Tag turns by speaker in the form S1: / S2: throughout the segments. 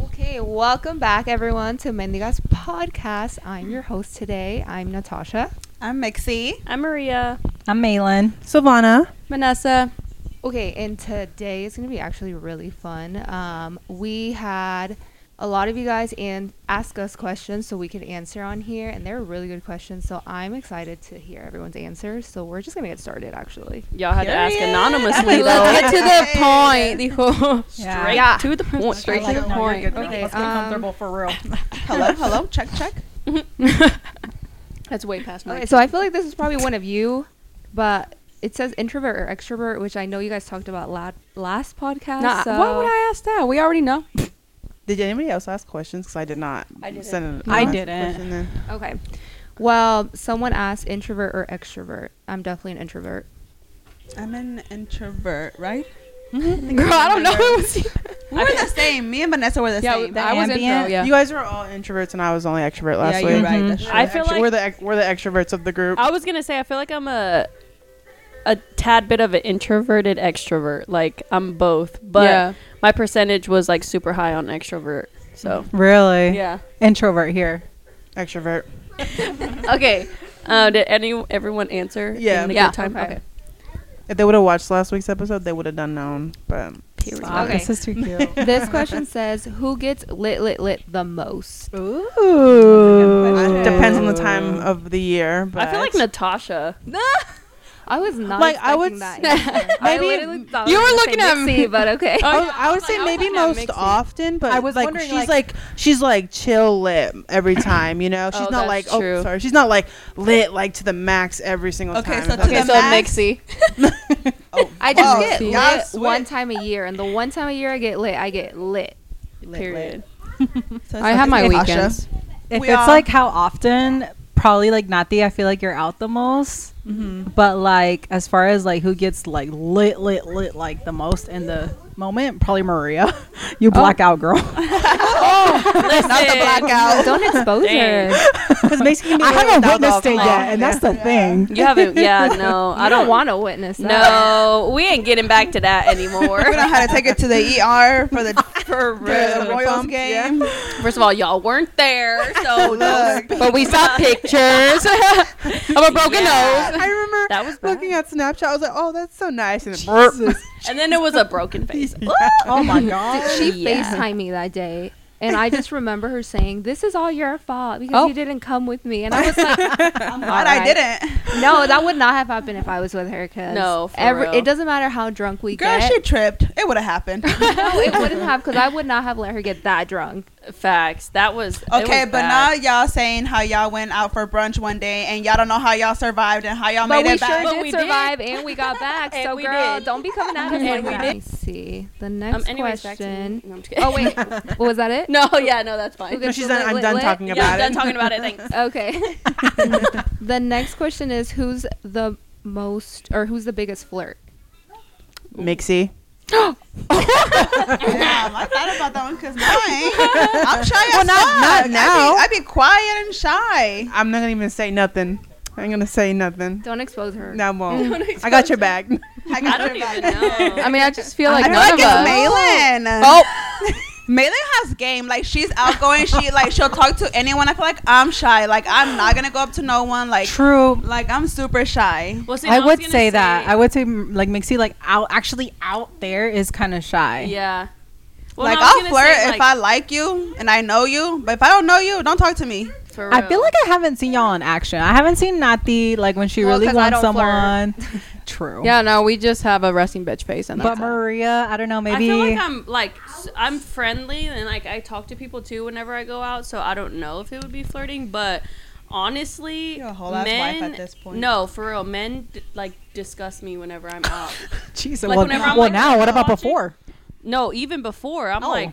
S1: Okay, welcome back everyone to Mendigas Podcast. I'm your host today. I'm Natasha.
S2: I'm Mixie.
S3: I'm Maria.
S4: I'm Malin.
S2: Savannah.
S3: Manessa.
S1: Okay, and today is going to be actually really fun. Um, we had a lot of you guys and ask us questions so we could answer on here, and they're really good questions. So I'm excited to hear everyone's answers. So we're just going to get started actually.
S3: Y'all had to ask anonymously
S2: Let's
S3: though.
S2: get to the point,
S3: Dijo.
S4: Yeah.
S3: Straight
S1: Yeah.
S3: to the point. Straight to the point.
S1: Okay,
S4: Let's get
S1: um,
S4: comfortable for real.
S2: Hello, hello. Check, check.
S3: That's way past my.
S1: Okay, so I feel like this is probably one of you, but it says introvert or extrovert, which I know you guys talked about la- last podcast.
S3: Nah,
S1: so
S3: Why would I ask that? We already know.
S5: Did anybody else ask questions? Because I did not.
S3: I didn't.
S5: Send an
S4: I
S5: honest
S4: didn't.
S5: question in.
S1: Okay. Well, someone asked introvert or extrovert. I'm definitely an introvert.
S2: I'm an introvert, right?
S3: Girl, I don't know who's.
S2: We were the same. Me and Vanessa were the
S3: Yeah,
S2: same.
S3: I was
S4: ambient-
S3: intro. Yeah. Mm-hmm.
S5: You guys were all introverts, and I was only extrovert
S2: yeah,
S5: last
S2: you're
S5: week.
S2: right.
S4: Mhm.
S2: That's true.
S3: I feel
S5: Actually,
S3: like
S5: we're the ex- we're the extroverts of the group.
S3: I was gonna say I feel like I'm a a tad bit of an introverted extrovert. Like I'm both, but
S2: Yeah.
S3: my percentage was like super high on extrovert. So
S4: Really?
S3: yeah.
S4: Introvert here.
S5: extrovert.
S3: Okay. Uh, did any everyone answer?
S5: Yeah.
S3: In the
S1: Yeah.
S3: Good time?
S1: Okay.
S3: Okay.
S5: If they would have watched last week's episode, they would have done known. But
S3: Period.
S4: Wow,
S1: Okay.
S4: This is too cute.
S1: This question says who gets lit lit lit the most?
S4: Ooh.
S5: depends on the time of the year. But
S3: I feel like Natasha.
S1: I was not
S5: Like, I
S1: expecting
S5: would
S1: that.
S5: s-
S1: answer. I
S5: maybe-
S1: literally thought
S3: You
S1: I was
S3: were
S1: gonna
S3: looking
S1: say
S3: at me.
S1: Nixie, but okay.
S3: Oh,
S5: I
S3: yeah,
S5: was, I would say maybe most often, but
S4: I was
S5: like
S4: wondering,
S5: she's
S4: like-
S5: like, she's like chill lit every time, you know. She's
S3: Oh, that's
S5: not like
S3: true.
S5: oh sorry, she's not like lit like to the max every single
S2: Okay,
S5: time.
S2: so
S5: if
S2: to
S5: that
S2: the
S5: makes
S2: so
S5: sense.
S2: max- Mixie.
S1: I just
S2: Oh,
S1: get
S2: see.
S1: lit
S2: Yeah, I
S1: one
S2: swear.
S1: time a year, and the one time a year I get lit, I get lit.
S3: Period.
S2: So it's
S3: I
S2: like
S3: have my
S2: it's Tasha.
S3: weekends.
S4: If
S2: We
S4: it's
S2: are-
S4: like how often, probably like not the I feel like you're out the most.
S2: Mm-hmm.
S4: But like as far as like who gets like lit lit lit like the most in the moment, probably Maria.
S3: Oh.
S4: you black out girl.
S3: Not the
S1: Blackout. Don't expose
S3: Dang.
S1: her.
S5: Because Mexican
S4: I
S5: being
S4: haven't
S5: without
S4: witnessed it
S5: alcohol.
S4: yet, and that's the thing.
S3: You haven't. Yeah. No. I
S1: I
S3: don't
S1: don't want
S3: want.
S1: to witness that.
S3: No, we ain't getting back to that anymore.
S2: We know how to take it to the ER for the,
S3: For
S2: for the
S3: real.
S2: Royals game.
S3: First of all, y'all weren't there, so
S2: Look,
S3: but we saw pictures of a broken nose,
S5: I remember
S3: That was bad.
S5: looking at Snapchat. I was like, "Oh, that's so nice." And it
S3: and then it was a broken face.
S4: Oh my god.
S1: She
S3: Yeah.
S1: FaceTimed me that day. And I just remember her saying, This is all your fault because
S3: Oh.
S1: you didn't come with me. And I was like,
S2: I'm glad I didn't.
S1: No, that would not have happened if I was with her. Cause
S3: No, for
S1: every-
S3: real.
S1: it doesn't matter how drunk we
S2: Girl,
S1: get.
S2: she tripped. It would have happened.
S1: no, it wouldn't have because I would not have let her get that drunk.
S3: Facts. That was it
S2: Okay,
S3: was
S2: but now
S3: bad.
S2: y'all saying how y'all went out for brunch one day and y'all don't know how y'all survived and how y'all
S1: But
S2: made
S1: we
S2: it back.
S1: sure
S3: But
S1: did
S3: we did.
S1: survive, and we got back.
S3: And
S1: so,
S3: we
S1: girl,
S3: did.
S1: don't be coming at us
S3: And
S1: like
S3: we
S1: that.
S3: did.
S1: Let me see the next
S3: um, anyways, back to
S1: question.
S3: you. No, I'm just
S1: Oh
S3: kidding.
S1: wait, what was that it?
S3: no, yeah, no, that's
S1: Who
S3: fine.
S1: gets
S5: she's
S1: the
S5: done,
S1: lit,
S5: I'm
S1: lit,
S5: done
S1: lit?
S5: talking
S3: Yeah,
S5: about
S3: done
S5: it.
S3: talking about it. Thanks.
S1: Okay. the next question is who's the most or who's the biggest flirt?
S5: Mixie.
S2: Damn, I thought about that one because mine. I'm shy as
S5: Well, not-
S2: fuck.
S5: not
S2: I be-
S5: now.
S2: I be, quiet and shy.
S5: I'm not gonna even say nothing. I'm gonna say nothing.
S1: Don't expose her.
S5: No, I won't. I got your back.
S2: I,
S3: I
S2: got
S3: don't
S2: your back.
S3: even know.
S1: I mean, I just feel like
S2: I feel
S1: none
S2: like
S1: of
S2: it's
S1: us.
S2: Malin.
S3: Oh.
S2: Malin has game. Like she's outgoing. She like she'll talk to anyone. I feel like I'm shy. Like I'm not gonna go up to no one. Like
S4: True.
S2: like I'm super shy.
S3: Well, see,
S4: I
S3: was
S4: would
S3: gonna
S4: say, that. I would say mm, like Mixie like out actually out there is kind of shy.
S3: yeah. Well,
S2: like
S3: no, I was
S2: I'll
S3: gonna
S2: flirt
S3: say,
S2: if I like you and I know you. But if I don't know you, don't talk to me.
S3: for
S4: I
S3: real.
S4: feel like I haven't seen y'all in action. I haven't seen Nati like when she
S1: Well,
S4: really
S1: 'cause I
S4: wants
S1: don't flirt.
S4: someone. True.
S6: Yeah, no, we just have a resting bitch face and
S4: But
S6: that's it.
S4: Maria, I don't know. Maybe
S3: I feel like I'm like s- I'm friendly and like I talk to people too whenever I go out, so I don't know if it would be flirting, but honestly,
S2: You're a whole ass
S3: men,
S2: wife at this point.
S3: No, for real, men d- like disgust me whenever I'm out.
S4: Jeez,
S3: like,
S4: well,
S3: whenever I'm,
S4: well,
S3: like,
S4: now what about
S3: watching-
S4: before?
S3: no, even before I'm
S4: Oh.
S3: like,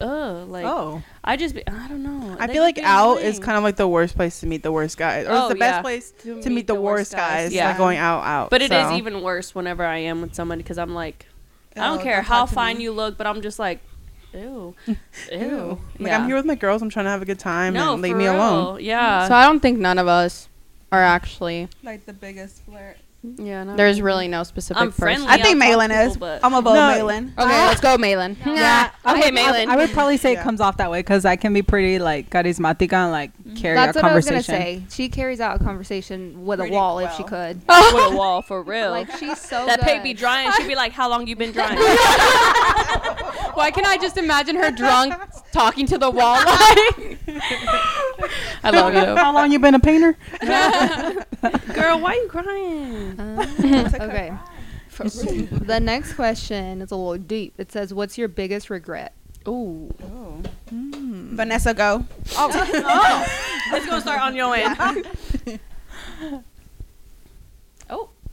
S3: oh, like
S4: Oh.
S3: I just be, I don't know.
S5: I feel like out is kind of like the worst place to meet the worst guys, or
S3: Oh,
S5: it's the best
S3: yeah.
S5: place to, meet the, worst guys.
S3: Yeah.
S5: Like going out, out.
S3: but it is
S5: so.
S3: even worse whenever I am with someone because I'm like, I
S2: Oh,
S3: don't care
S2: don't
S3: how
S2: talk to
S3: fine
S2: me.
S3: you look, but I'm just like, ew, ew.
S5: Like
S3: Yeah.
S5: I'm here with my girls. I'm trying to have a good time
S3: No,
S5: and leave
S3: for
S5: me
S3: real.
S5: alone.
S3: Yeah.
S6: So I don't think none of us are actually
S2: Like the biggest flirt.
S3: Yeah, not
S6: there's really no specific.
S3: I'm
S6: person.
S3: friendly.
S2: I think
S3: I'll talk
S2: Malin
S3: to
S2: is. Oh
S3: people, but-
S2: I'm a vote
S5: No.
S2: Malin.
S6: Okay, let's go, Malin.
S4: Yeah,
S2: Oh
S4: I
S3: Okay,
S4: would, I-
S3: Malin.
S4: I, would probably say
S5: Yeah.
S4: it comes off that way because I can be pretty like charismatic and like carry
S1: That's
S4: a
S1: what I was
S4: conversation.
S1: gonna say. She carries out a conversation with
S2: Pretty
S1: a wall if
S2: well.
S1: she could.
S3: with a wall for real.
S1: Like she's so
S3: that
S1: good.
S3: pig be drying. She'd be like, "How long you been drying?"
S6: Why can I just imagine her drunk talking to the wall? Like, I love you.
S4: How long you been a painter?
S3: Girl, why you crying?
S1: Uh, okay. the next question is a little deep. It says, "What's your biggest regret?" Ooh.
S2: Vanessa, go.
S3: It's gonna start on your end.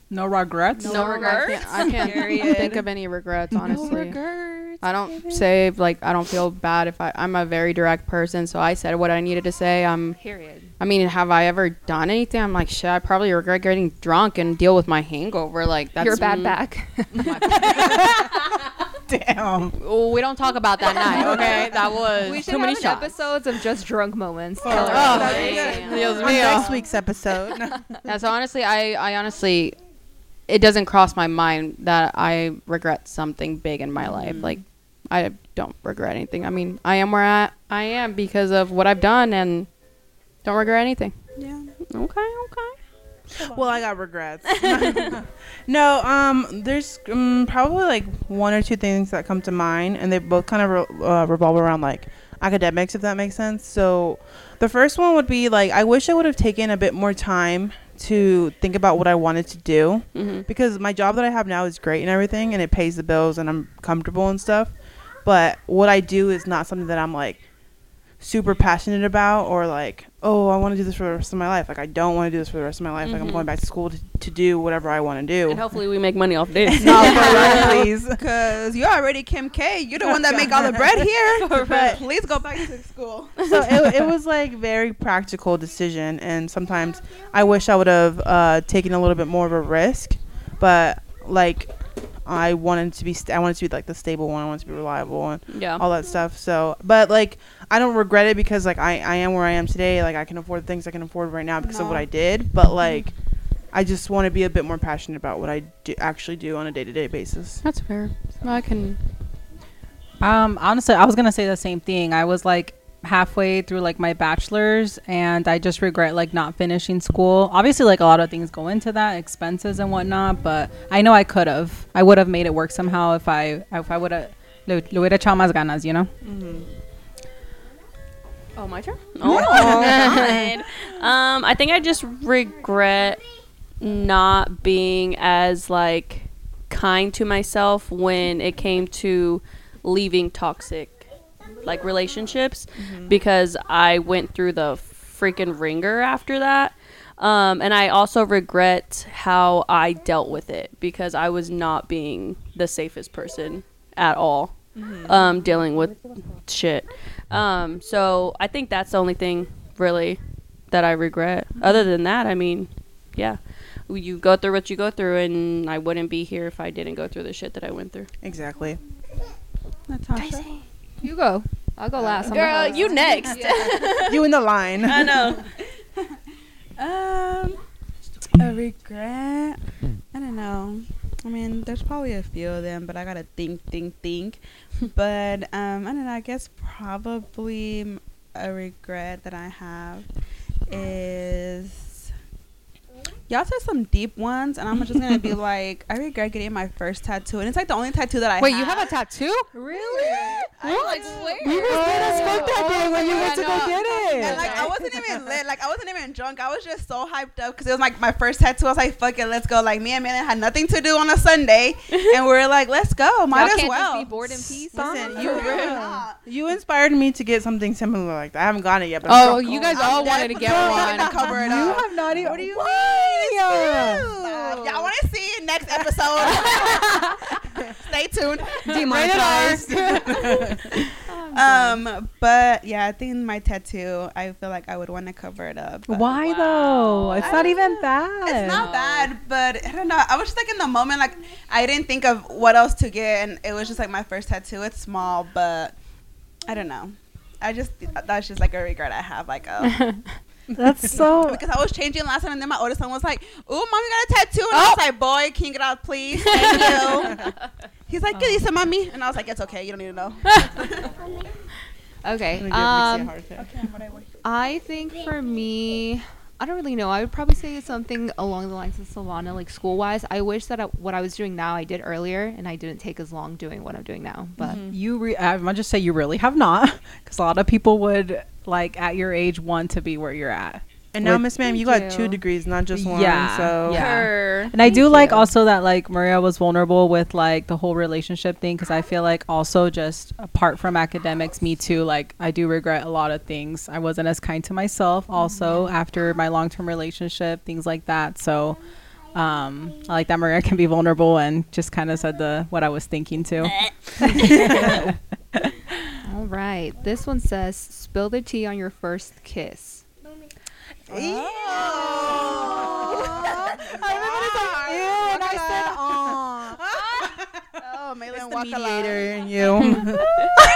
S4: No regrets.
S3: No regrets?
S6: I can't, I can't think of any regrets, honestly.
S3: regrets.
S6: I don't say like I don't feel bad if I I'm a very direct person, so I said what I needed to say. I'm
S1: Period.
S6: I mean, have I ever done anything? I'm like, shit, I probably regret getting drunk and deal with my hangover. Like that's
S1: Your bad back.
S4: Damn.
S6: Oh, we don't talk about that night, okay? That was
S1: we should
S6: too many
S1: have an
S6: shots.
S1: episodes of just drunk moments.
S5: Oh.
S1: Killer.
S6: Oh,
S5: That's
S6: damn.
S5: good.
S6: Dios
S5: On next
S6: mío.
S5: week's episode.
S6: Yeah, so honestly, I, I honestly, it doesn't cross my mind that I regret something big in my
S5: Mm-hmm.
S6: life. Like, I don't regret anything. I mean, I am where I, I am because of what I've done and don't regret anything.
S2: Yeah.
S6: Okay, okay.
S5: well, I got regrets. no, um, there's um, probably like one or two things that come to mind, and they both kind of re- uh, revolve around like academics, if that makes sense. So, the first one would be like, I wish I would have taken a bit more time to think about what I wanted to do because my job that I have now is great and everything, and it pays the bills, and I'm comfortable and stuff. But what I do is not something that I'm like super passionate about or like oh i want to do this for the rest of my life like i don't want to do this for the rest of my life like i'm going back to school to, to do whatever i want to do
S3: And hopefully we make money off this.
S5: Not for real, please
S2: Cause you're already Kim K. You're the one that make all the bread here. But please go back to school.
S5: so it, it was like very practical decision and sometimes i wish i would have uh, taken a little bit more of a risk but like i wanted to be st- i wanted to be like the stable one i wanted to be reliable and
S3: yeah.
S5: all that stuff so but like i don't regret it because like i i am where i am today like i can afford things i can afford right now because of what i did but like i just want to be a bit more passionate about what i do, actually do on a day-to-day basis
S6: That's fair. I can.
S4: Um, honestly, I was gonna say the same thing. I was like halfway through like my bachelor's, and I just regret like not finishing school. Obviously, like a lot of things go into that, expenses and whatnot. But I know I could have. I would have made it work somehow if I if I would have. Le le hubiera echado más ganas, you know?
S6: Oh, my turn?
S3: Oh, God. Um, I think I just regret not being as like kind to myself when it came to leaving toxic like relationships
S6: Mm-hmm.
S3: because I went through the freaking ringer after that. Um, and I also regret how I dealt with it because I was not being the safest person at all
S6: Mm-hmm.
S3: um, dealing with shit. Um, so I think that's the only thing really that I regret. Other than that, I mean, yeah, you go through what you go through, and I wouldn't be here if I didn't go through the shit that I went through.
S5: exactly
S1: You go. I'll go last. I'm the host.
S6: next.
S5: you in the line
S2: know. um, a regret. I don't know. I mean, there's probably a few of them, but I gotta think, think, think. but um, I don't know. I guess probably m- a regret that I have is y'all said some deep ones, and I'm just gonna be like, I regret getting my first tattoo, and it's like the only tattoo that I
S6: Wait,
S2: have.
S6: you have a tattoo?
S2: really?
S5: you were scared as fuck that day when you went to go get
S2: And
S5: it
S2: like I wasn't even lit, like I wasn't even drunk. I was just so hyped up because it was like my first tattoo. I was like, "Fuck it, let's go!" Like me and Melon had nothing to do on a Sunday, and we are like, "Let's go, might
S1: Y'all
S2: as
S1: can't just
S2: well."
S1: be bored in peace.
S5: Listen, you
S2: Really
S5: really
S2: not.
S5: You inspired me to get something similar like that. I haven't gotten it yet, but I'm
S6: Oh, you guys all wanted to get
S2: I'm
S6: one.
S2: gonna cover it
S5: you
S2: up.
S5: have
S4: e-
S5: not even. What do you
S2: Stop. Y'all want to see it next episode? Stay tuned. Um, but yeah, I think my tattoo. I feel like I would want to cover it up. but-
S4: Why though? It's not even that.
S2: It's not bad, but I don't know. I was just like in the moment, like I didn't think of what else to get, and it was just like my first tattoo. It's small, but I don't know. I just that's just like a regret I have. Like, oh,
S4: That's so.
S2: Because I was changing last time, and then my oldest son was like, "Ooh, mom, you got a tattoo," and I was like, "Boy, can you get out, please? Thank you." He's like, "Good, you said mommy," and I was like, "It's okay, you don't need to know."
S1: Okay.
S5: I'm gonna give Mixie a
S1: Um,
S5: heart attack.
S1: I think for me, I don't really know. I would probably say it's something along the lines of Solana, like school wise. I wish that I, what I was doing now I did earlier, and I didn't take as long doing what I'm doing now. But
S4: You, re- I might just say you really have not, because a lot of people would like at your age want to be where you're at.
S5: And now,
S4: With-
S5: Miss Ma'am, you
S1: Thank
S5: got
S1: you.
S5: two degrees, not just one.
S4: Yeah,
S5: So
S4: yeah.
S3: Her.
S4: And I do
S1: Thank
S4: like
S1: you.
S4: also that like Maria was vulnerable with like the whole relationship thing because I feel like also just apart from academics, me too. Like I do regret a lot of things. I wasn't as kind to myself also after my long term relationship, things like that. So um, I like that Maria can be vulnerable and just kind of said the what I was thinking too.
S1: all right, this one says, "Spill the tea on your first kiss."
S2: Oh, Malin,
S5: The
S2: walk a lot.
S5: mediator and you.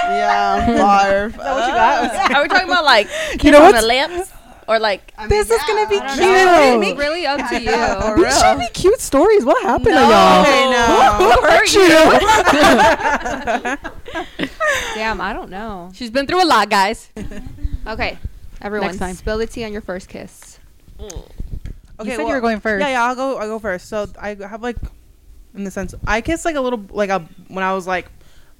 S2: Yeah, barf.
S3: Are we talking about like kiss
S4: know
S3: on the
S4: what's-
S3: lips or like?
S4: this is gonna be
S1: I
S4: cute.
S1: don't know. It's really up to you.
S2: For real.
S4: Should be cute stories. What happened to
S2: Oh,
S4: y'all?
S2: okay, no.
S4: Who hurt you?
S1: Damn, I don't know.
S6: She's been through a lot, guys.
S1: Okay, everyone,
S6: time.
S1: spill the tea on your first kiss.
S5: Okay,
S4: you said
S5: well,
S4: you were going first.
S5: Yeah, yeah, I'll go. I'll go first. So I have like, in the sense, I kissed like a little, like a when I was like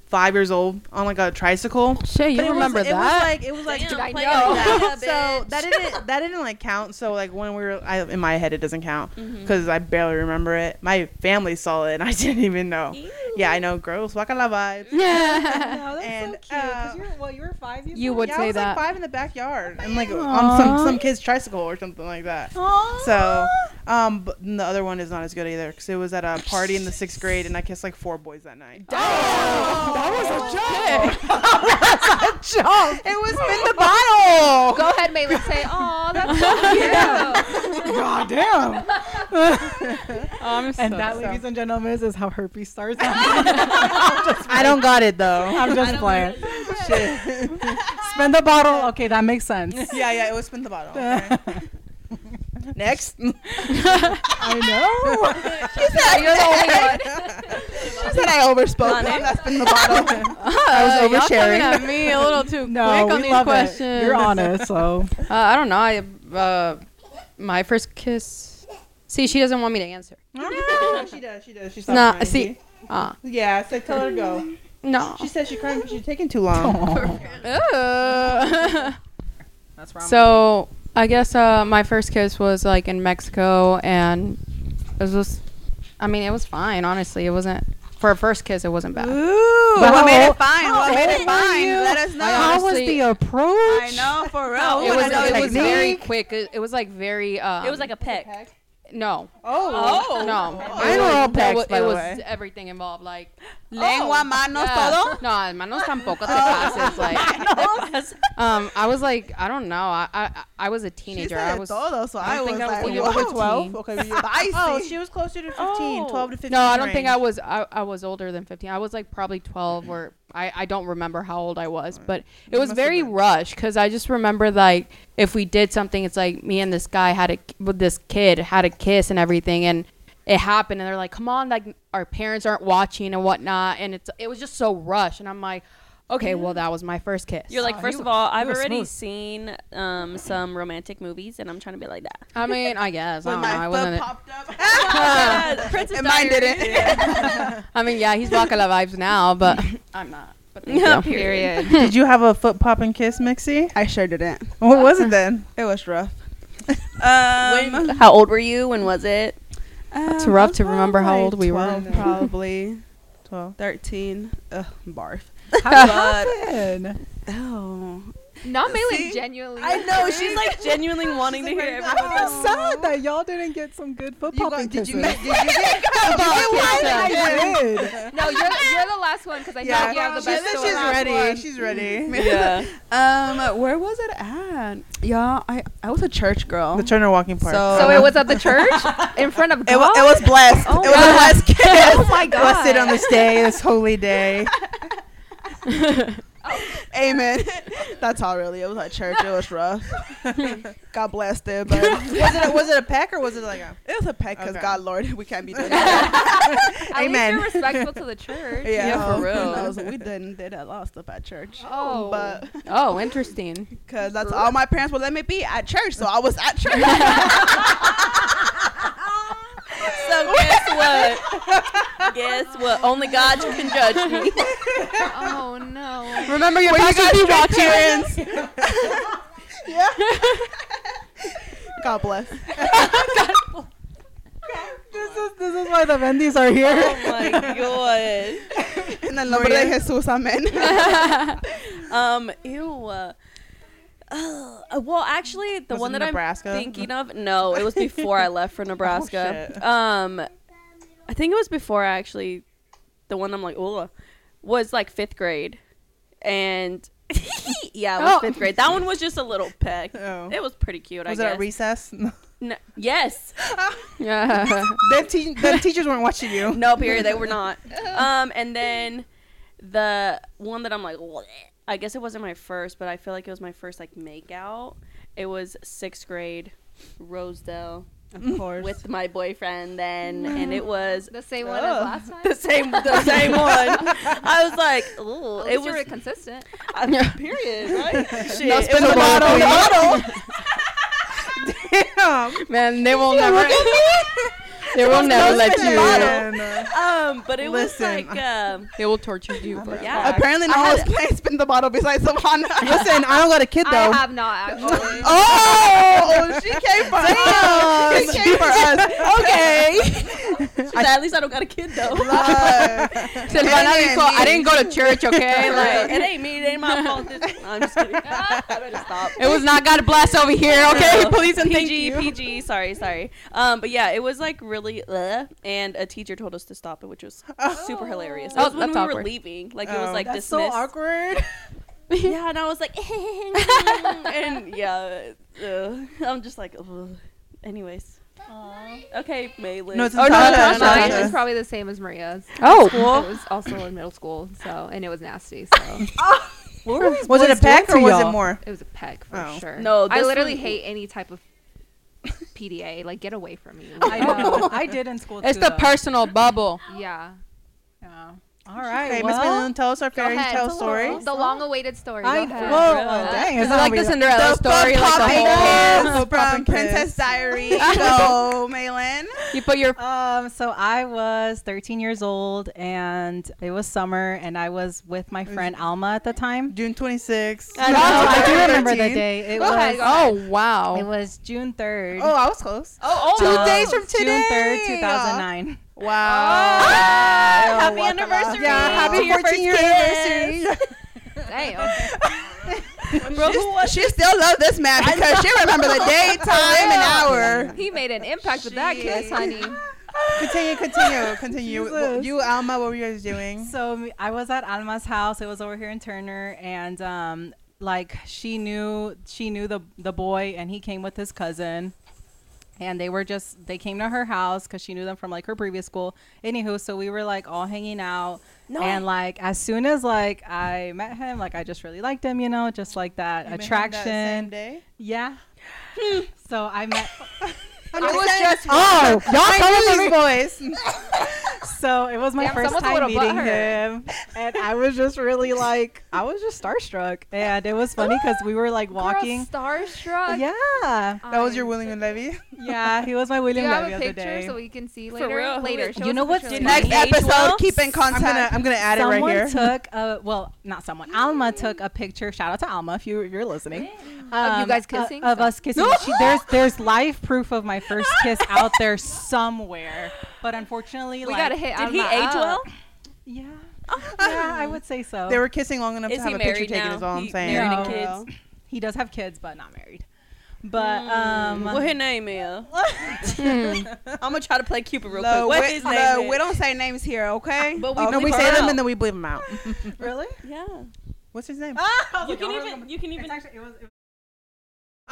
S5: five years old on like a tricycle.
S6: Shit, you
S5: But it
S6: remember
S5: was,
S6: that?
S5: It was like it was like
S3: Damn,
S1: I
S3: play
S1: know?
S3: on
S5: Yeah,
S3: that,
S5: Oh, so that
S3: bitch.
S5: didn't that didn't like count. So like when we were I, in my head, it doesn't count because I barely remember it. My family saw it and I didn't even know. Yeah, I know. Gross. Waka la vibes.
S4: No, Oh, that's
S5: And,
S4: so cute. 'cause
S5: uh,
S4: you're, well, you were five. You,
S6: You would
S5: yeah, I
S6: say
S5: was
S6: that.
S5: like five in the backyard and like on some
S4: Aw.
S5: some kid's tricycle or something like that. So, um, but and the other one is not as good either because it was at a party in the sixth grade and I kissed like four boys that night.
S4: jump.
S5: It was in the bottle.
S1: Go ahead, Maylin. Say, "Oh, that's so cute."
S4: God damn.
S6: I'm
S4: And that,
S5: so-
S4: ladies and gentlemen, is how herpes starts.
S5: I don't got it though.
S4: I'm just playing. Spend the bottle. Okay, that makes sense.
S5: yeah, yeah, it was spin the bottle. okay? Next.
S4: I know.
S1: You're the only one.
S5: She said I overspoke. I'm not spin the bottle. I was
S6: Oh, y'all coming
S5: oversharing.
S6: at me a little too
S4: No,
S6: quick on
S4: we
S6: these
S4: love
S6: questions.
S4: it. You're honest, so
S6: Uh, I don't know. I uh, my first kiss. See, she doesn't want me to answer.
S5: No, she does. She does. She's
S6: Nah, see. Uh,
S5: Yeah, I said tell her to go.
S6: no.
S5: She said she's crying because she's taking too long.
S6: Ugh.
S4: that's wrong.
S6: so I guess uh, my first kiss was like in Mexico, and it was just. I mean, it was fine. Honestly, it wasn't for a first kiss. It wasn't bad.
S5: Ooh.
S4: But
S2: What
S4: how
S2: made
S4: old-
S2: it fine? What made it fine? Let us know.
S6: I
S4: How was
S6: honestly-
S4: the approach?
S2: I know, for real.
S6: it was,
S5: know
S6: it was
S5: technique.
S6: very quick. It, it was like very. Um,
S3: It was like a peck.
S6: no.
S5: Oh.
S6: No.
S5: I
S6: It
S5: know
S6: was-
S5: all
S6: it
S5: packs,
S6: was-
S5: by
S6: It
S5: the
S6: was
S5: way.
S6: everything involved. Like oh,
S2: Lengua, manos, todo.
S6: No, hermanos tampoco te pases. Like, um, I was like, I don't know. I I, I was a
S2: She
S6: teenager. I
S2: said
S6: was.
S2: todo, so I
S6: I
S2: was
S6: think I was
S2: like,
S6: thinking
S2: "Whoa."
S6: over 12.
S5: Okay. we- Oh,
S2: Spicy.
S5: she was closer to 15, 12 to 15.
S6: No, I don't think I
S5: range.
S6: was. I, I was older than fifteen. I was like probably twelve, or I I don't remember how old I was, but it was
S5: must have
S6: very
S5: been.
S6: rushed because I just remember like if we did something, it's like me and this guy had a with this kid had a kiss and everything, and it happened, and they're like, come on, like our parents aren't watching and whatnot, and it's it was just so rushed, and I'm like, okay, well that was my first kiss.
S3: You're like, first of all, I've already seen um, some romantic movies, and I'm trying to be like that.
S6: I mean, I guess I
S2: When
S6: don't know. I
S2: my foot
S6: wasn't.
S2: popped up.
S3: Princess
S2: And mine
S3: Diaries.
S2: didn't.
S6: I mean, yeah, he's Bacala vibes now, but I'm not. But thank you.
S1: Period.
S5: Did you have a foot pop and kiss, Mixie?
S2: I sure didn't.
S5: What was it then?
S2: It was rough. Um,
S3: When, how old were you? When was it?
S2: It's
S6: rough to remember how old we were.
S2: Probably
S5: 12.
S2: 13. Ugh, barf.
S4: How did it happen?
S2: Oh.
S1: Not Maylin
S2: See?
S1: genuinely.
S3: I know Oh, she's like genuinely wanting to hear. Everything.
S4: I'm just sad that y'all didn't get some good foot
S2: You got,
S4: popping
S2: did
S4: kisses.
S2: you get, did you get
S4: I did.
S1: No, you're, you're the last one because I
S5: Yeah.
S1: know you have the
S5: She
S1: best
S5: said
S1: story.
S5: she's ready. She's ready.
S3: Yeah.
S2: Um, where was it at? Y'all, I, I was a church girl.
S5: The Turner Walking Park.
S2: So-
S1: So it was at the church in front of God.
S2: it, wa- it was blessed.
S1: Oh
S2: it was a blessed kiss.
S1: oh my God.
S5: Blessed on this day, this holy day.
S1: Oh
S2: Amen. That's all really. It was like church. It was rough. God bless them. But was it a, was it a peck or was it like a? It was a peck because
S5: Okay.
S2: God Lord, we can't be doing that.
S1: At
S5: Amen.
S1: least you're respectful to the church.
S2: yeah,
S6: for real.
S2: No, so we done did a lot of stuff at church.
S1: Oh.
S2: but
S6: Oh, interesting.
S2: because that's all my parents would let me be at church, so I was at church.
S3: So guess what? guess what? Only God can judge me.
S1: oh no.
S6: Remember your pastor be watching.
S2: God bless.
S4: This is this is why the Vendys are here.
S3: Oh my god.
S2: In the nombre de Jesus, amen.
S3: Um. Ew. Uh, oh, uh, well, actually, the
S5: Was
S3: one
S5: it
S3: that
S5: Nebraska? Oh,
S3: I'm thinking of. No, it was before I left for Nebraska.
S5: shit.
S3: um, I think it was before I actually. The one I'm like, oh, was like fifth grade, and yeah, it was
S6: Oh.
S3: fifth grade. That one was just a little peck.
S5: Oh.
S3: It was pretty cute.
S5: Was
S3: I
S5: it
S3: guess.
S5: at recess?
S3: No- yes.
S6: Yeah.
S5: them, te- them teachers weren't watching you.
S3: No, period. They were not. Um, and then the one that I'm like, "Bleh." I guess it wasn't my first, but I feel like it was my first like makeout. It was sixth grade, Rosedale,
S4: Of course.
S3: with my boyfriend then, and it was
S1: The same one as last time.
S3: the same, the same one. I was like,
S1: At
S3: ooh,
S1: least
S3: it
S1: you were
S3: was
S1: consistent.
S3: uh, period, right? Shit,
S6: Not
S3: it was a
S6: spendable
S3: model.
S6: opinion.
S3: model.
S6: Man, they will never. they will never let you.
S5: And, uh,
S3: Um, but it
S5: Listen,
S3: was like, um,
S6: They will torture you. For it.
S3: yeah.
S2: Apparently, no one was playing spin the bottle besides Savannah.
S5: listen, I don't got a kid
S1: I
S5: though.
S1: have not actually.
S2: Oh, she came for us. She came for us.
S3: okay. at least I don't got a kid though.
S2: Love.
S6: Silvana
S2: Amen.
S6: dijo, I didn't go to church, okay?
S3: like,
S6: Like,
S3: it ain't me. It ain't my fault. This- I'm just kidding. I better stop.
S6: it was not God bless over here, okay?
S3: No.
S6: Please and thank
S3: PG,
S6: you.
S3: PG. Sorry, sorry. Um, but yeah, it was like really, uh, and a teacher told us to stop it, which was super hilarious. It
S6: Oh,
S3: was when
S6: that's
S3: we were
S6: awkward.
S3: leaving, like it was
S5: Oh.
S3: like
S5: That's
S3: dismissed.
S4: awkward.
S3: Yeah, and I was like, and yeah, uh, I'm just like, ugh. anyways. Okay, Maylin.
S5: No, it's
S6: no,
S5: Natasha.
S6: no, no, no,
S1: Mine
S5: Natasha.
S1: is probably the same as Maria's.
S6: Oh,
S1: It was also in middle school, so and it was nasty. So
S5: Was it a
S4: Boys
S5: peck
S4: do it
S5: or
S4: to
S5: was it
S4: y'all.
S5: more?
S1: it was a peck for
S5: Oh.
S1: sure.
S3: No,
S1: I
S3: this
S1: literally
S3: one-
S1: hate any type of PDA. Like, get away from me.
S4: I know. I did in school.
S6: it's
S4: too,
S6: the
S4: though.
S6: personal bubble.
S1: yeah.
S4: Yeah. All right.
S5: Okay, Miss
S4: well,
S5: Malone, tell us our
S1: Go
S5: fairy
S1: ahead.
S5: tale story.
S1: The long-awaited story.
S4: I,
S1: Go
S4: whoa,
S1: ahead.
S3: Yeah.
S4: dang,
S6: Is
S4: it's
S6: it like the Cinderella story? Like the whole
S2: Yes,
S5: Oh,
S2: from
S5: Poppin'
S2: Princess
S5: Kids.
S2: Diary. So, Malin.
S6: You put your
S4: Um, so I was 13 years old, and it was summer, and I was with my friend Alma at the time.
S5: June 26th.
S4: I, I do remember the day. It
S1: Go ahead, go
S4: was
S1: ahead.
S6: oh wow.
S4: it was June 3rd.
S5: Oh, I was close.
S1: Oh,
S4: Two
S1: oh, my-
S4: days from
S5: today.
S4: June 3rd, 2009.
S1: Oh,
S5: Wow.
S3: happy
S2: Wakala.
S3: anniversary!
S5: Yeah,
S3: to
S5: happy
S3: your
S5: 14 year
S3: first kiss.
S5: anniversary.
S1: damn.
S3: Bro, who was
S2: She still loved this man because she remember the day, time, and hour.
S1: He made an impact with that kiss, honey.
S5: continue, continue, continue. Well, You, Alma, what were you guys doing?
S4: So m- I was at Alma's house. It was over here in Turner, and um, like she knew she knew the the boy, and he came with his cousin, and they were just they came to her house because she knew them from like her previous school. Anywho, so we were like all hanging out, and like as soon as like I met him, like I just really liked him, you know, just like that
S5: You met him that same
S4: attraction.
S5: day?
S4: yeah. so I met.
S1: I was just
S4: Oh, y'all
S5: Boys.
S4: So it was my
S1: Damn,
S4: first
S1: someone's a
S4: time
S1: little
S4: meeting
S1: butthurt.
S4: him, and I was just really like, I was just starstruck, and it was funny because we were like walking.
S1: Girl, starstruck.
S4: Yeah,
S5: That was your Willing and Levy.
S4: yeah, he was my
S1: Do
S4: William
S1: you have
S4: Levy
S1: a
S4: of the
S1: picture
S4: day.
S1: so we can see later?
S3: real, who
S1: later.
S3: is-
S1: show
S4: You
S1: us
S4: know
S1: a
S4: what's
S1: picture
S4: did
S1: later.
S2: Next
S4: Age
S2: episode,
S4: well?
S2: keep in
S5: I'm
S2: contact.
S5: gonna, I'm gonna add
S4: someone
S5: it right here.
S4: took a well, not someone. Alma took a picture. Shout out to Alma if you you're listening.
S1: Of you
S4: Um,
S1: guys
S4: uh,
S1: kissing?
S4: of us kissing. She, there's there's live proof of my first kiss out there somewhere, but unfortunately,
S1: We
S4: like,
S1: gotta hit.
S3: Did he age well?
S4: Yeah, yeah, I would say so.
S5: They were kissing long enough
S3: Is
S5: to
S3: he
S5: have a picture
S3: married
S5: taken.
S3: now?
S5: Is all I'm
S3: He
S5: saying.
S3: Married
S4: No.
S3: and kids.
S4: he does have kids, but not married. But
S1: Hmm.
S4: um,
S3: What his name is? I'm gonna try to play Cupid real
S2: No,
S3: quick. What
S2: we,
S3: his
S2: no,
S3: name
S2: we
S3: is?
S2: don't say names here, okay?
S3: But
S5: No,
S3: bleep
S5: Oh, we
S3: her
S5: say them
S3: out.
S5: and then we bleep them out.
S4: really?
S3: yeah.
S5: What's his
S4: Oh.
S5: name?
S3: You can even you can even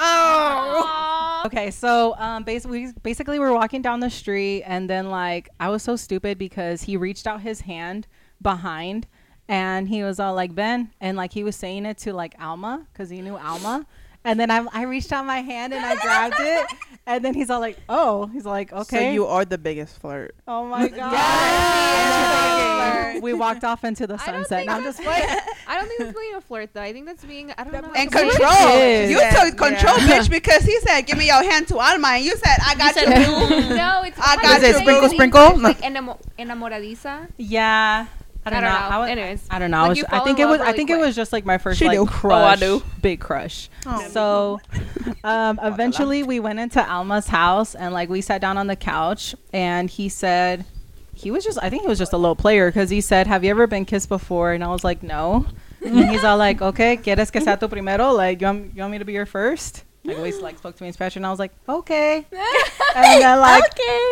S3: Oh.
S4: Okay, so um, basically, basically, we were walking down the street, and then like I was so stupid because he reached out his hand behind, and he was all like Ben, and like he was saying it to like Alma because he knew Alma. And then I, I reached out my hand and I grabbed it, and then he's all like, "Oh," he's like, "Okay."
S5: So you are the biggest flirt.
S4: oh my god! we walked off into the
S1: I don't
S4: sunset.
S1: think
S4: And I'm just like,
S1: I don't think that's being a flirt though. I think that's being I don't know.
S2: And
S1: That's
S2: control.
S4: Yes.
S2: You took control, bitch, because he said, "Give me your hand to out of mine." You said, "I got you."
S1: being- no, it's
S2: I
S1: how
S2: got
S1: do you
S2: you.
S1: say it
S2: Sprinkle,
S1: in
S5: sprinkle?
S1: English? Like enamo- enamoradiza.
S4: yeah. I don't, know. I, was,
S1: Anyways,
S4: I don't know.
S1: Like,
S4: I, was,
S1: you
S4: I
S1: fall
S4: think
S1: in
S4: it was.
S1: love
S4: I
S1: really
S4: think it
S1: quick.
S4: was just like my first
S5: She
S4: like
S5: do.
S2: Oh,
S4: crush,
S3: do.
S4: big crush.
S5: Oh.
S4: So, um, eventually we went into Alma's house and like we sat down on the couch and he said he was just I think he was just a low player because he said, "Have you ever been kissed before?" And I was like, "No." and he's all like, "Okay, quieres que sea tu primero? Like, you want, you want me to be your first? Like, always like spoke to me in Spanish, and I was like, "Okay." and then like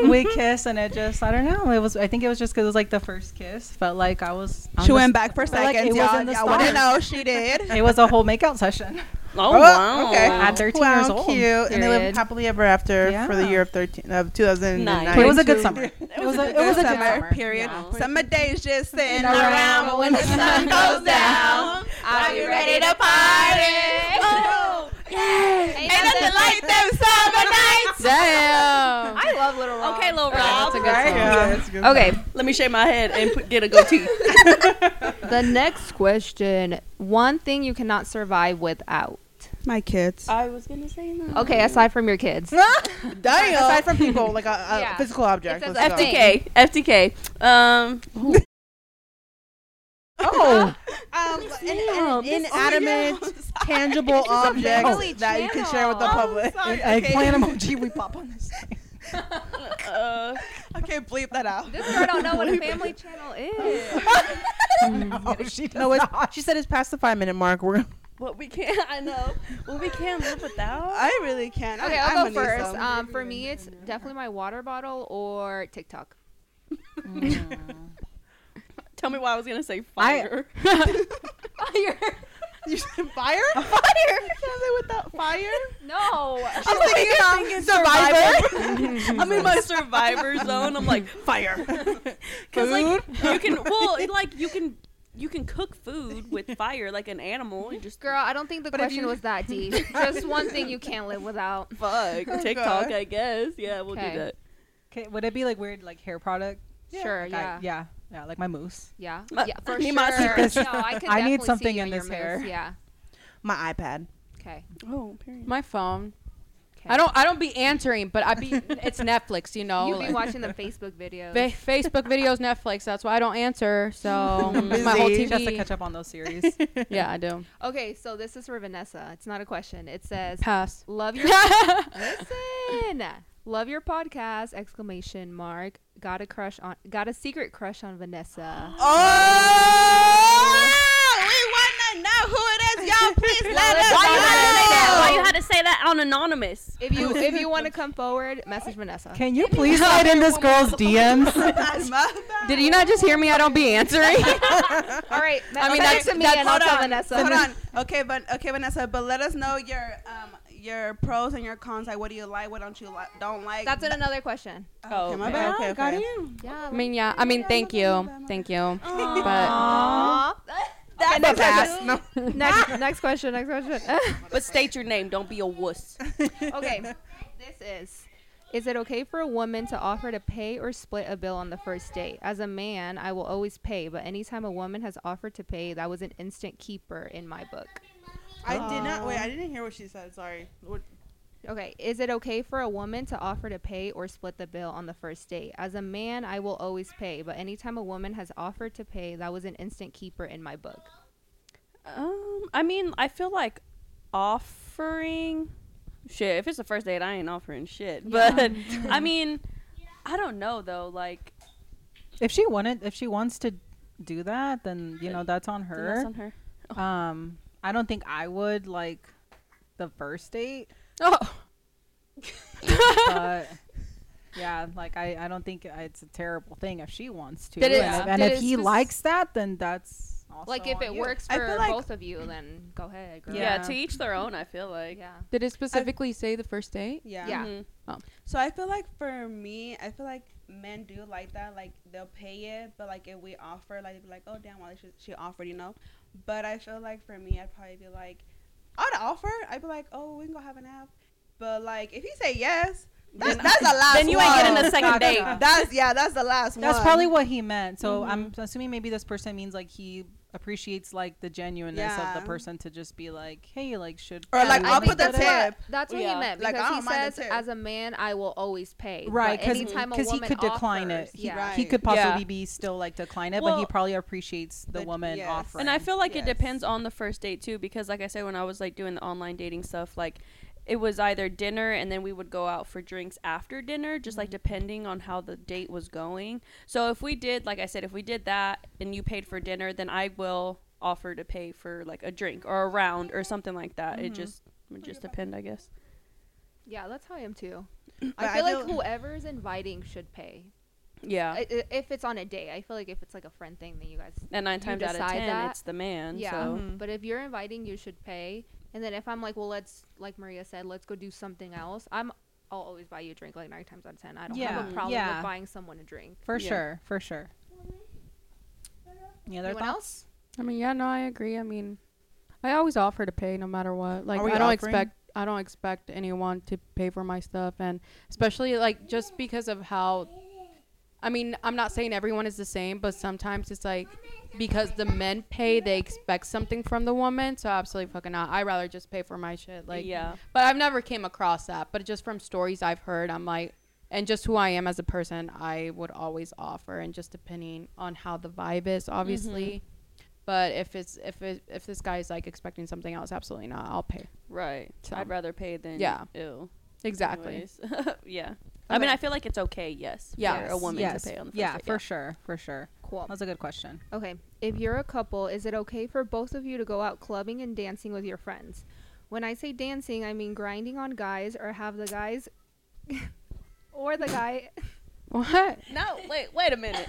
S4: we kissed, and it just I don't know. It was I think it was just because it was like the first kiss, felt like I was on
S2: She
S4: the
S2: went back for
S4: But, like,
S2: seconds,
S4: it was
S2: y'all.
S4: in the
S2: y'all want to
S4: stars.
S2: know she did.
S4: it was a whole makeout session
S3: Oh,
S5: Oh,
S3: wow.
S5: okay.
S4: at 13
S5: wow,
S4: years old.
S5: cute. And they lived
S1: Period.
S5: happily ever after for the
S4: Yeah.
S5: year of thirteen of two thousand
S3: Nice.
S4: But it
S5: nine.
S4: was a good summer. It was a, it
S2: Good
S4: was a good
S2: summer,
S4: summer.
S2: period.
S3: Yeah.
S2: Summer days just sitting
S4: around,
S2: around, but when the sun goes down,
S1: Are
S2: you ready to party? Oh, ain't nothing like them summer nights.
S6: Damn.
S1: I love Little Rock.
S3: Okay, Lil Rob.
S6: that's a good song.
S5: Yeah, that's a good
S1: Okay,
S3: Let me shave my head and put, get a goatee.
S1: the next question. One thing you cannot survive without.
S2: My kids.
S3: I was gonna say that.
S1: Okay, aside from your kids.
S5: song. Damn. Aside from people, like a, a
S1: Yeah.
S5: physical object.
S1: It's a-
S5: Let's go.
S1: FTK.
S3: FTK, FTK. Um,
S5: Oh,
S2: Um, an,
S3: Damn,
S2: an
S3: this-
S2: inanimate, tangible
S1: Holy
S2: object that you can share with the
S1: channel.
S2: public.
S4: Eggplant emoji, we pop on this.
S3: uh,
S2: Okay, bleep that out.
S1: This girl don't know what a family channel is.
S4: no, she does
S5: no, it's, Oh, she said it's past the five minute mark. We're gonna-
S3: what we can't, I know. What we can't live without.
S2: I really can't.
S1: Okay,
S2: I,
S1: I'll
S2: am
S1: go first. Um, for me, it's definitely my water bottle or TikTok.
S3: Tell me why I was gonna say fire.
S5: you said fire. Fire. without fire.
S1: No.
S5: I'm thinking about survivor.
S3: I'm in my survivor zone. I'm like fire. Cause like you can, well, like you can, you can cook food with fire, like an animal, and just
S1: Girl, I don't think the
S5: if
S1: question
S5: you-
S1: was that deep. Just one thing you can't live without.
S3: fuck TikTok, I guess. Yeah, we'll
S1: Okay.
S3: do that.
S4: Okay, would it be like weird, like hair product?
S1: Sure,
S4: Like, I-
S1: yeah. yeah.
S4: yeah, yeah, like my mousse.
S1: Yeah,
S3: Ma-
S1: for
S3: me
S1: sure.
S3: must keep
S4: this.
S1: No, I, could
S4: I
S1: definitely
S4: need
S1: see
S4: something
S1: you
S4: in
S1: on your
S4: this
S1: moves.
S4: hair.
S1: Yeah.
S5: My iPad.
S1: Okay.
S3: Oh, period.
S6: My phone.
S1: okay.
S6: I don't. I don't be answering, but I be. It's Netflix, you know.
S1: You'd be
S6: like-
S1: watching the Facebook videos.
S6: Fa- Facebook videos, Netflix. That's why I don't answer. So my whole
S5: Busy.
S6: TV.
S4: Just to catch up on those series.
S6: Yeah, I do.
S1: okay, so this is for Vanessa. It's not a question. It says,
S6: Pass.
S1: "Love your listen, love your podcast!" Exclamation mark. Got a crush on. Got a secret crush on Vanessa.
S2: Oh, we want to know who it is, y'all. Please let us
S3: Why you had to say that? Why
S2: know.
S3: you had to say that on anonymous?
S1: If you if you want to come forward, message Vanessa.
S4: Can you please slide in this girl's DMs?
S6: Did you not just hear me? I don't be answering.
S1: All right. I
S6: mean,
S1: mean,
S6: that's-
S1: that's to me,
S6: that's-
S1: and I'll
S6: hold
S1: tell
S6: on.
S1: Vanessa.
S2: Hold on. Okay, but okay, Vanessa. But let us know your um your pros and your cons. Like, what do you like? What don't you like? Don't like?
S1: That's in another question.
S3: Oh,
S2: Okay, my
S3: okay.
S2: bad. Okay, okay.
S1: Yeah.
S6: I mean, yeah. I mean, thank you, thank you. But
S1: That's next, question. next, next question. Next question.
S3: But state your name. Don't be a wuss.
S1: okay. This is. Is it okay for a woman to offer to pay or split a bill on the first date? As a man, I will always pay, but anytime a woman has offered to pay, that was an instant keeper in my book.
S5: I did not. Wait, I didn't hear what she said. Sorry. What,
S1: Okay, is it okay for a woman to offer to pay or split the bill on the first date? As a man, I will always pay, but anytime a woman has offered to pay, that was an instant keeper in my book.
S3: Um, I mean, I feel like offering shit. If it's the first date, I ain't offering shit. But I mean, I don't know though. Like,
S4: if she wanted, if she wants to do that, then you know that's on
S3: then that's
S4: her.
S3: on her.
S4: Um, I don't think I would like the first date,
S6: oh,
S4: but. Yeah, like I, I don't think it's a terrible thing if she wants to.
S6: Did it-
S4: and if,
S6: yeah.
S4: and
S6: did
S4: if
S6: it
S4: he
S6: spec-
S4: likes that, then that's also
S1: like if
S4: on
S1: it
S4: you.
S1: works
S5: I
S1: for
S5: feel like-
S1: both of you, then go ahead, girl.
S3: Yeah.
S4: Yeah.
S3: to each their own. I feel like.
S1: yeah.
S6: did it specifically say the first date?
S2: Yeah.
S1: Yeah.
S3: Mhm.
S2: So I feel like for me, I feel like men do like that. Like they'll pay it, but like if we offer, like they'd be like, oh damn, well she, she offered, you know. But I feel like for me, I'd probably be like, I'd offer. I'd be like, oh, we can go have a nap. But like if he say yes, that's that's a last.
S3: Then you ain't
S2: one.
S3: getting a second date.
S2: That's yeah, that's the last one.
S4: That's probably what he meant. So I'm assuming maybe this person means like he appreciates like the genuineness of
S2: Yeah.
S4: the person to just be like, hey, like should
S2: Or, like,
S4: we
S2: I'll
S4: make
S2: put the
S4: that up?
S1: That's
S2: tip.
S1: what, that's what
S4: Yeah.
S1: he meant
S2: Like,
S1: because
S2: I
S1: he
S2: don't mind
S1: says,
S2: the tip.
S1: as a man, I will always pay.
S4: right
S1: But anytime
S4: because
S1: a
S4: he
S1: woman
S4: could decline
S1: offers,
S4: it he,
S1: yeah.
S4: he
S2: Right.
S4: could
S3: Yeah.
S4: possibly be still like decline it but he
S3: Well-
S4: probably appreciates the
S2: But-
S4: woman
S2: yes.
S4: offering
S3: And I feel like it
S2: Yes.
S3: depends on the first date too, because like I said, when I was like doing the online dating stuff, like it was either dinner and then we would go out for drinks after dinner, just like depending on how the date was going. So if we did, like I said, if we did that and you paid for dinner, then I will offer to pay for like a drink or a round or something like that. It just it would just depend, I guess.
S1: Yeah, that's how I am too.
S2: I
S1: I feel like
S2: feel-
S1: whoever's inviting should pay.
S3: Yeah.
S1: I- I- If it's on a date, I feel like if it's like a friend thing, then you guys
S3: and nine
S1: you
S3: times out of
S1: decide
S3: ten,
S1: that?
S3: it's the man.
S1: Yeah,
S3: So
S1: but if you're inviting, you should pay. And then if I'm like, well, let's like Maria said, let's go do something else. I'm I'll always buy you a drink like nine times out of ten. I don't have
S4: Yeah.
S1: a problem
S4: Yeah.
S1: with buying someone a drink.
S4: for
S3: Yeah.
S4: sure for sure any other
S1: Anyone
S4: thoughts
S1: else?
S6: I mean, yeah, no, I agree. I mean, I always offer to pay no matter what. Like,
S5: Are we
S6: I don't
S5: offering?
S6: expect I don't expect anyone to pay for my stuff, and especially like just because of how. I mean, I'm not saying everyone is the same, but sometimes it's like because the men pay, they expect something from the woman. So absolutely fucking not. I rather just pay for my shit. Like,
S3: Yeah.
S6: But I've never came across that. But just from stories I've heard, I'm like, and just who I am as a person, I would always offer, and just depending on how the vibe is, obviously.
S3: Mm-hmm.
S6: But if it's if it if this guy is like expecting something else, absolutely not. I'll pay.
S3: right.
S6: So-
S3: I'd rather pay than
S6: Yeah.
S3: Ew.
S6: Exactly.
S3: Anyways. yeah. I mean, I feel like it's okay, yes,
S6: Yes,
S3: for a woman
S4: yes
S3: to pay on the first
S4: yeah
S3: date,
S4: for sure for sure
S1: Cool.
S4: that's a good question
S1: Okay, if you're a couple, is it okay for both of you to go out clubbing and dancing with your friends? When I say dancing, I mean grinding on guys or have the guys or the guy.
S6: What?
S3: No, wait, wait a minute.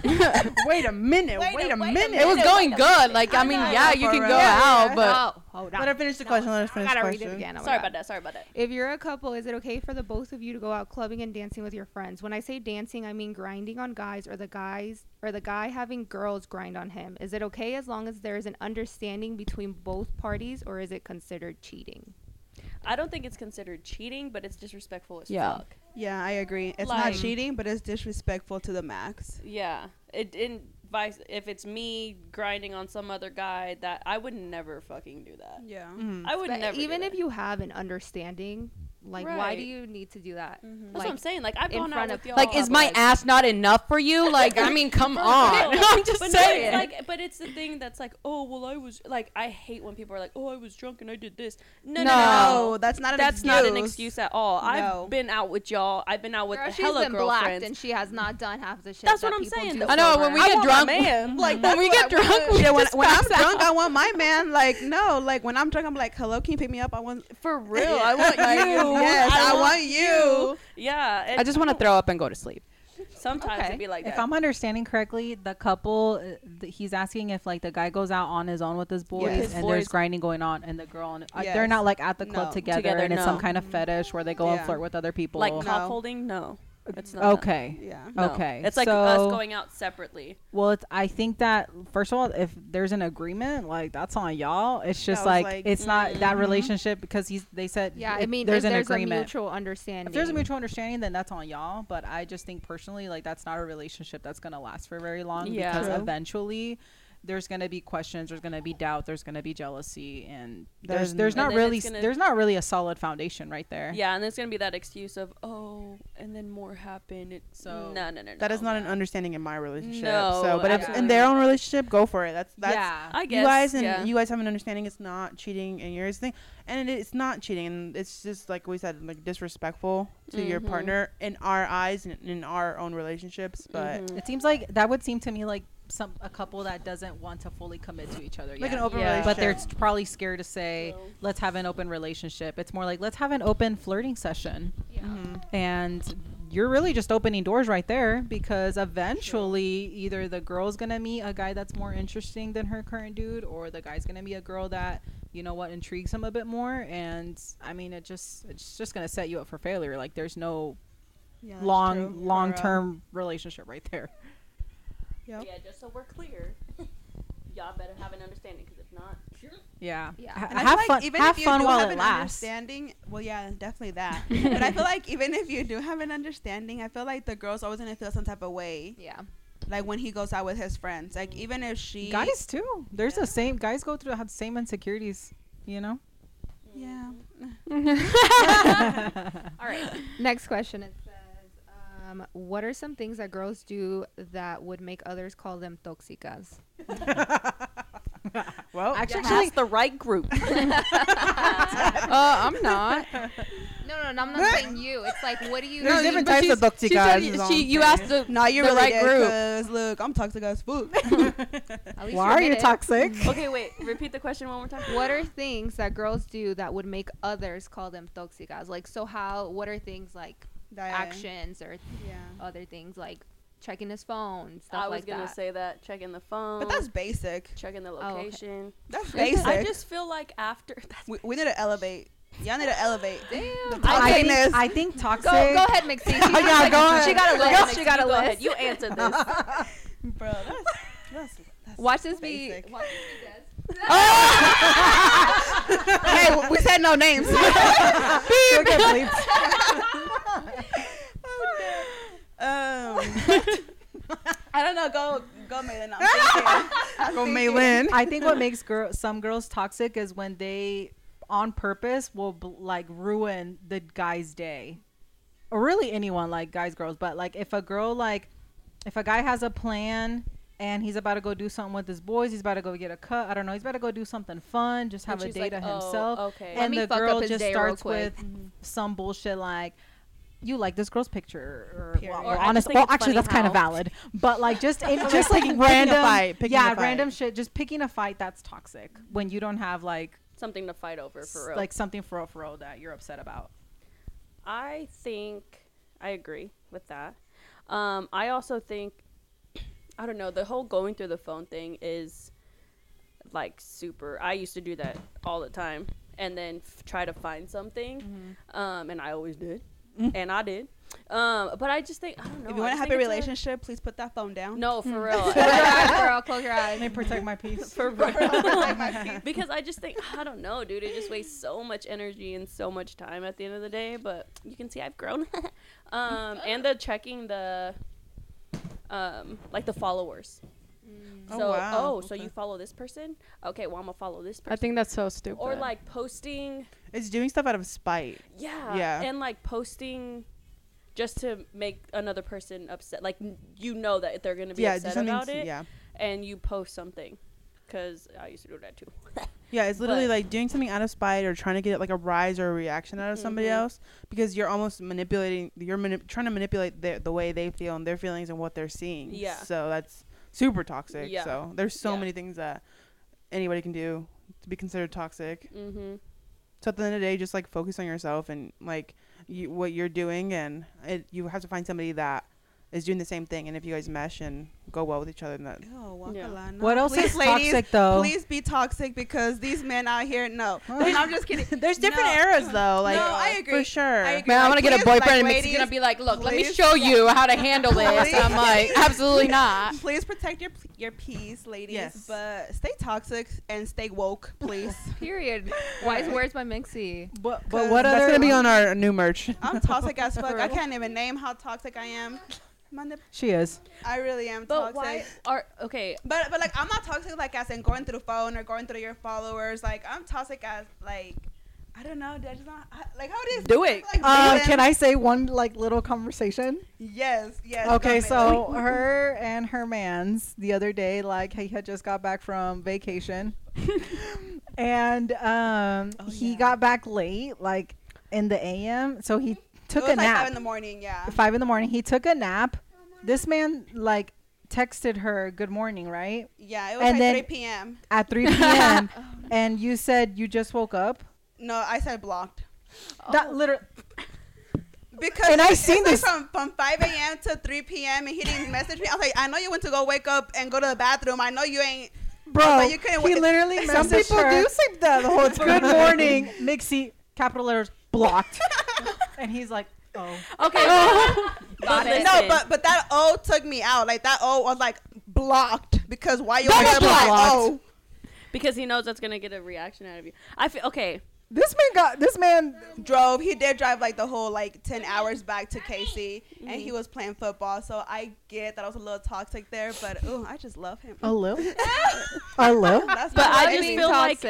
S5: wait a minute. Wait, a minute.
S6: It was going good. Like I mean, yeah, you can go out, but
S1: oh, hold
S5: Let her finish the question. Let her finish
S1: I
S5: the
S1: gotta
S5: question.
S1: read it again. Oh my
S3: sorry
S1: God.
S3: about that. Sorry about that.
S1: If you're a couple, is it okay for the both of you to go out clubbing and dancing with your friends? When I say dancing, I mean grinding on guys or the guys or the guy having girls grind on him. Is it okay as long as there is an understanding between both parties or is it considered cheating?
S3: I don't think it's considered cheating, but it's disrespectful as
S6: Yeah.
S3: fuck.
S2: Yeah, I agree. It's
S3: Like-
S2: not cheating, but it's disrespectful to the max.
S3: Yeah. It in vice if it's me grinding on some other guy that I would never fucking do that.
S2: Yeah.
S3: I would
S1: But
S3: never. do
S1: even
S3: that.
S1: if you have an understanding, like why
S3: Right.
S1: do you need to do that?
S3: that's
S1: Like,
S3: what I'm saying. Like I've
S1: in
S3: gone out
S1: front
S3: with
S1: of-
S3: y'all.
S6: like, is my
S3: like-
S6: ass not enough for you? Like I mean, come on.
S3: real.
S6: I'm just
S3: But no, it's
S6: saying.
S3: like, but it's the thing that's like, oh well, I was like, I hate when people are like, oh, I was drunk and I did this. No, no, no.
S2: No, that's not an
S3: that's
S2: excuse.
S3: not an excuse at all.
S2: No.
S3: I've been out with y'all. I've been out with
S1: Girl,
S3: a
S1: she's
S3: hella
S1: been blacked
S3: girlfriends.
S1: and she has not done half the shit.
S3: That's
S1: that
S3: what I'm
S1: people
S3: saying,
S1: do
S3: though.
S1: for
S6: I know
S1: her.
S6: when we get drunk,
S2: Like
S6: when we get drunk, we
S2: Yeah, when,
S6: just
S2: when I'm
S6: pass out.
S2: drunk, I want my man. Like no, like when I'm drunk, I'm like, hello, can you pick me up? I want
S3: For real, I want you.
S2: Yes, I, want, you.
S3: Yeah, and
S6: I just want to throw up and go to sleep.
S3: sometimes
S1: Okay.
S3: it'd be like
S4: if
S3: that.
S4: I'm understanding correctly, the couple uh, th- he's asking if like the guy goes out on his own with his boys
S2: Yes. His
S4: and there's
S3: boys.
S4: grinding going on, and the girl and uh, they're
S2: Yes.
S4: not like at the club
S2: No.
S4: together,
S3: Together,
S4: and it's some
S3: no.
S4: kind of fetish where they go and
S2: Yeah.
S4: flirt with other people.
S3: like cup
S2: No.
S3: holding, no, it's not. that.
S4: okay,
S2: Yeah.
S3: No.
S4: okay,
S3: it's like
S4: so,
S3: us going out separately.
S4: Well, it's, I think that first of all, if there's an agreement, like that's on y'all. It's just
S2: was
S4: like,
S2: like-
S4: it's not that
S3: mm-hmm.
S4: relationship because he's they said
S1: Yeah,
S4: if
S1: I mean,
S4: there's
S1: if
S4: an
S1: there's
S4: agreement.
S1: a mutual understanding.
S4: if there's a mutual understanding, then that's on y'all. But I just think personally, like that's not a relationship that's gonna last for very long
S3: Yeah.
S4: because
S2: True.
S4: eventually there's gonna be questions, there's gonna be doubt, there's gonna be jealousy, and there's
S5: Then-
S4: there's
S3: And
S4: not
S3: then
S4: really
S3: it's gonna-
S4: there's not really a solid foundation right there.
S3: Yeah, and there's gonna be that excuse of oh, and then more happened. It,
S4: So-
S3: so no, no, no,
S5: That is
S3: no.
S5: not an understanding in my relationship.
S3: No,
S5: so, but if in
S3: absolutely
S5: their
S3: not.
S5: own relationship, go for it. That's that's
S4: yeah.
S3: I guess
S5: uh, you guys and
S3: yeah.
S5: you guys have an understanding. It's not cheating, and yours thing, and it, it's not cheating. And it's just like we said, like disrespectful to your
S3: Mhm.
S5: partner in our eyes and in our own relationships. But
S3: Mhm.
S4: it seems like that would seem to me like some a couple that doesn't want to fully commit to each other
S5: like
S4: yet.
S5: an open
S3: Yeah.
S5: relationship,
S4: but they're s- probably scared to say, "Let's have an open relationship." It's more like, "Let's have an open flirting session."
S5: Mhm.
S4: and you're really just opening doors right there because eventually either the girl's gonna meet a guy that's more interesting than her current dude or the guy's gonna meet a girl that you know what intrigues him a bit more and i mean it just it's just gonna set you up for failure like there's no
S2: Yeah, that's
S4: long
S2: true.
S4: long
S2: Girl.
S4: term relationship right there.
S2: Yep.
S3: Yeah, just so we're clear, y'all better have an understanding because if not,
S4: Yeah.
S1: Yeah.
S4: Ha-
S1: And
S2: And I
S4: have
S2: feel like
S4: fun.
S2: even
S4: have
S2: if you
S4: fun
S2: do
S4: while
S2: have
S4: it
S2: an
S4: lasts.
S2: Understanding, well, yeah, definitely that. but I feel like even if you do have an understanding, I feel like the girl's always gonna feel some type of way,
S1: Yeah.
S2: like when he goes out with his friends. Like even if she,
S4: Guys too. There's the same guys go through have same insecurities. You know.
S2: yeah,
S1: All right. Next question. It says, um, what are some things that girls do that would make others call them toxicas?
S5: Well,
S4: Actually,
S3: that's the right group. Ah.
S6: Uh, I'm not.
S1: No, no, no, I'm not saying you. It's like, what do you?
S5: There's
S6: No,
S5: different
S6: but
S5: types of
S6: she's-
S5: toxic
S6: she said
S5: guys,
S6: y-
S5: is all
S6: She,
S5: I'm
S6: you
S5: saying.
S6: asked the,
S2: no, you're
S6: the
S2: really
S6: right
S2: dead,
S6: group.
S2: 'cause, look, I'm toxic as food.
S1: At least
S4: Why are you
S1: admit it.
S4: toxic?
S3: okay, wait. Repeat the question one more time.
S1: What are things that girls do that would make others call them toxicas? Like, so how? What are things like
S2: That-
S1: actions or
S2: Yeah,
S1: other things like checking his phone? Stuff
S3: I was
S1: like
S3: gonna
S1: that.
S3: say that checking the phone,
S2: but that's basic.
S3: checking the
S1: okay.
S3: location.
S2: That's basic.
S3: I just feel like after that's
S2: we, we need to elevate. Y'all need to elevate.
S1: Damn.
S4: I think,
S2: Toxicness.
S4: I think toxic.
S1: Go, go ahead, Mixie. She,
S4: Yeah,
S1: got,
S4: go ahead.
S1: she got a
S3: Go
S1: list.
S3: ahead,
S1: She got a
S3: you go ahead.
S1: list.
S3: You answered this.
S2: bro. That's, that's, that's
S1: Watch this be.
S2: Basic.
S1: Watch this be Des.
S2: hey, we said no names.
S4: She'll get bleeped.
S5: Um,
S2: Um, I don't know. Go, go, Maylin. I'm thinking.
S5: go Maylin.
S4: I think what makes girl some girls toxic is when they on purpose will bl- like ruin the guy's day. Or really anyone like guys girls, but like if a girl like if a guy has a plan and he's about to go do something with his boys, he's about to go get a cut. I don't know. He's about to go do something fun, just have
S3: And
S4: a
S3: she's
S4: date
S3: like,
S4: to
S3: "Oh,
S4: himself.
S3: okay.
S1: Let
S4: And
S1: me
S4: the
S1: fuck up
S4: girl
S1: his
S4: just
S1: day real
S4: starts
S1: quick.
S4: with some bullshit like you like this girl's picture or,
S2: Period.
S4: well,
S2: Or I
S3: just
S4: honest
S3: think
S4: well
S3: it's
S4: actually
S3: funny
S4: that's kind
S3: how-
S4: of valid but like just in, just like
S5: Picking- picking a
S4: random
S5: fight, picking
S4: yeah
S5: a fight.
S4: random shit just picking a fight that's toxic when you don't have like
S3: Something to fight over
S4: s-
S3: for real.
S4: like something for real for real that you're upset about
S3: I think I agree with that. Um, I also think I don't know the whole going through the phone thing is like super. I used to do that all the time, and then f- try to find something,
S2: Mm-hmm.
S3: um, and I always did, and I did. Um, but I just think I don't know.
S2: Mm. if you
S3: I
S2: want to
S3: just
S2: have
S3: think
S2: a
S3: it's
S2: relationship, mm. please put that phone down.
S3: no, for real.
S1: Close your eyes, girl. Close your eyes.
S4: let me protect my peace
S3: for real.
S2: Like,
S3: because I just think I don't know, dude. It just wastes so much energy and so much time at the end of the day. But you can see I've grown. um, and the checking the, um, like the followers.
S5: Oh,
S3: So, oh,
S5: wow.
S3: so you follow this person? Okay, well I'm gonna follow this person.
S6: I think that's so stupid.
S3: or like posting,
S5: It's doing stuff out of spite.
S3: yeah,
S5: Yeah.
S3: and like posting. Just to make another person upset, like n- you know that they're gonna be
S5: Yeah, do
S3: upset
S5: something.
S3: about
S5: to-
S3: it,
S5: Yeah,
S3: and you post something, because I used to do that too.
S5: yeah. It's literally
S3: But-
S5: like doing something out of spite or trying to get like a rise or a reaction out of somebody
S2: Mm-hmm.
S3: Mhm.
S5: else because you're almost manipulating. You're manip- trying to manipulate the, the way they feel and their feelings and what they're seeing.
S3: Yeah.
S5: So that's super toxic.
S3: Yeah.
S5: So there's so
S3: Yeah.
S5: many things that anybody can do to be considered toxic.
S3: mm-hmm.
S5: So at the end of the day, just like focus on yourself and like you, what you're doing, and it, you have to find somebody that is doing the same thing. And if you guys mesh and go well with each other, then that
S2: Ew, walk
S3: Yeah.
S2: a line.
S4: What
S2: No,
S4: else is
S2: please,
S4: toxic, though?
S2: Please be toxic because these men out here, no. No, I'm just kidding.
S5: There's different
S2: No.
S5: eras though, like
S2: No, I
S5: for
S2: agree.
S5: sure.
S2: I agree.
S6: Man, I'm
S2: Like,
S6: gonna get a boyfriend.
S2: please, like,
S6: and Mixie's gonna
S2: ladies,
S6: be like, "Look, let me
S2: please-
S6: show you how to handle this." And I'm
S2: Please.
S6: like, "Absolutely not."
S2: Please protect your your peace, ladies.
S5: Yes.
S2: But stay toxic and stay woke, please.
S1: Period. Wise words by Mixie.
S4: but, but
S2: Cause
S4: what
S5: That's
S4: other
S5: gonna be on our new merch.
S2: I'm toxic as fuck. I can't even name how toxic I am. My nip-
S4: she is
S2: I really am
S3: But
S2: toxic.
S3: why are okay?
S2: But but like I'm not toxic like as in going through the phone or going through your followers. Like I'm toxic as like I don't know. That's not I- like how it is.
S6: Do it.
S2: Like,
S4: uh,
S2: Maylin-
S4: can i say one like little conversation
S2: Yes. Yes.
S4: Okay,
S2: go, Maylin.
S4: so her and her man's the other day, like he had just got back from vacation, and um,
S2: Oh,
S4: he
S2: yeah.
S4: got back late, like in the a.m. So he took
S2: it was
S4: a
S2: like
S4: nap.
S2: five in the morning. Yeah.
S4: Five in the morning, he took a nap. This man like texted her good morning, right?
S2: Yeah. It was
S4: And
S2: like
S4: then-
S2: 3 p.m.
S4: At 3 p.m. and you said you just woke up.
S2: No, I said blocked.
S4: That literally,
S2: Because
S4: And I
S2: it's-
S4: seen this-
S2: it's like from, from 5 a.m. to 3 p.m. and he didn't message me. I was like, I know you went to go wake up and go to the bathroom. I know you ain't.
S4: bro,
S2: But you couldn't
S4: he
S2: wake-
S4: literally
S2: Some
S4: messaged
S5: people
S4: her.
S5: do
S4: say that the whole Good morning, Mixie, capital letters blocked. and he's like, Oh.
S3: Okay.
S6: Got it.
S3: listen.
S2: No, but but that O took me out. Like that O was like blocked because why you
S6: Double
S2: always
S6: blocked.
S2: like O?
S3: because he knows that's gonna get a reaction out of you. I feel okay.
S4: This man got this man.
S2: Drove. He did drive like the whole like ten hours back to KC, and
S4: Mm-hmm.
S2: he was playing football. So I get that I was a little toxic there, but ooh, I just love him.
S4: A little. A little.
S2: That's
S3: But
S2: my
S3: I
S2: life.
S3: just
S1: mean,
S3: feel
S1: toxic.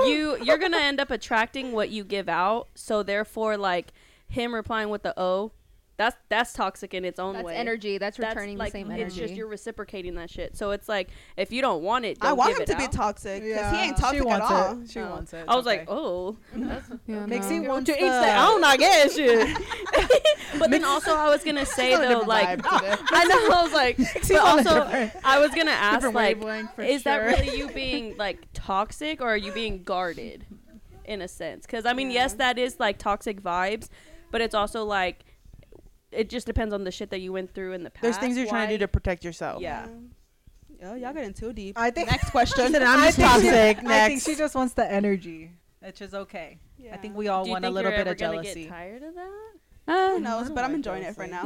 S3: like you you're gonna end up attracting what you give out. So therefore, like him replying with the O, that's that's toxic in its own
S1: That's
S3: way.
S1: energy. That's
S3: That's,
S1: returning
S3: like,
S1: the same energy.
S3: It's just you're reciprocating that shit. So it's like if you don't want it, don't
S2: I want
S3: give
S2: him
S3: it
S2: to be
S3: out.
S2: toxic because he ain't
S4: She
S2: toxic at
S4: wants
S2: all.
S4: it. She
S3: Oh.
S4: wants it.
S3: I was
S4: It's
S3: like,
S4: okay.
S3: oh, Uh,
S1: Yeah,
S4: Mixie
S1: no.
S4: wants the.
S3: I'm not getting shit. but then also, I was gonna say though, like I know, I was like, but also, I was gonna ask,
S5: different
S3: like,
S5: wavelength for
S3: is that
S5: sure.
S3: really you being like toxic, or are you being guarded, in a sense? Because I mean, yes, that is like toxic vibes, but it's also like, it just depends on the shit that you went through in the past.
S5: There's things you're trying to do
S3: why-
S5: to protect yourself.
S3: Yeah.
S2: Oh, y'all getting too deep.
S4: I think.
S2: Next question.
S4: I'm
S5: just toxic.
S4: I think
S5: Next.
S4: she just wants the energy, which is okay. I think we all
S3: Do you
S4: want a
S3: think
S4: little
S3: you're
S4: bit
S3: ever
S4: of
S3: gonna
S4: jealousy.
S3: Get tired of that?
S2: Who knows? But I'm enjoying it for now.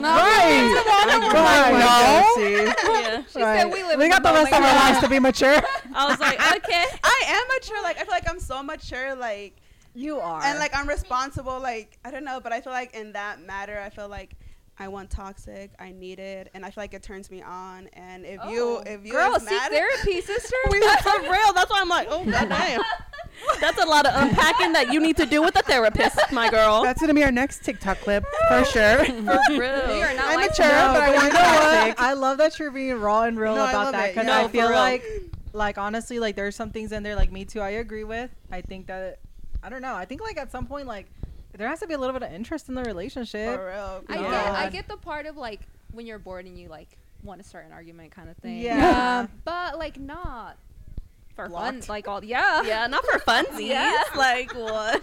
S4: Right.
S3: yeah.
S1: She said we live in
S4: got the
S1: moment.
S4: rest of our lives to be mature.
S3: I was like, okay.
S2: I am mature. Like I feel like I'm so mature. Like
S4: You are.
S2: and like I'm responsible. Like I don't know, but I feel like in that matter, I feel like I want toxic. I need it, and I feel like it turns me on. And if you if you
S1: Girl,
S2: is
S1: seek
S2: mad,
S1: therapy, sister.
S3: For real, that's why I'm like, oh goddamn. That's a lot of unpacking that you need to do with a therapist, my girl.
S5: That's gonna be our next TikTok clip for
S3: for
S5: sure.
S3: real.
S1: you are not
S5: I'm
S1: like
S5: mature,
S4: No,
S5: but I
S4: but
S5: want
S4: you know what?
S5: toxic.
S4: I love that you're being raw and real
S5: No, I
S4: about
S5: love
S4: that
S5: it.
S4: because
S5: No,
S4: I
S5: for
S4: feel
S3: real.
S4: like, like honestly, like there's some things in there. Like me too, I agree with. I think that I don't know. I think like at some point, like there has to be a little bit of interest in the relationship.
S2: for real.
S1: I
S4: Yeah.
S1: get, I
S4: God.
S1: get the part of like when you're bored and you like want to start an argument kind of thing.
S4: Yeah.
S1: but like not for fun,
S4: Blocked.
S1: like all yeah,
S3: Yeah, not for funsies.
S1: Yeah.
S3: Like what?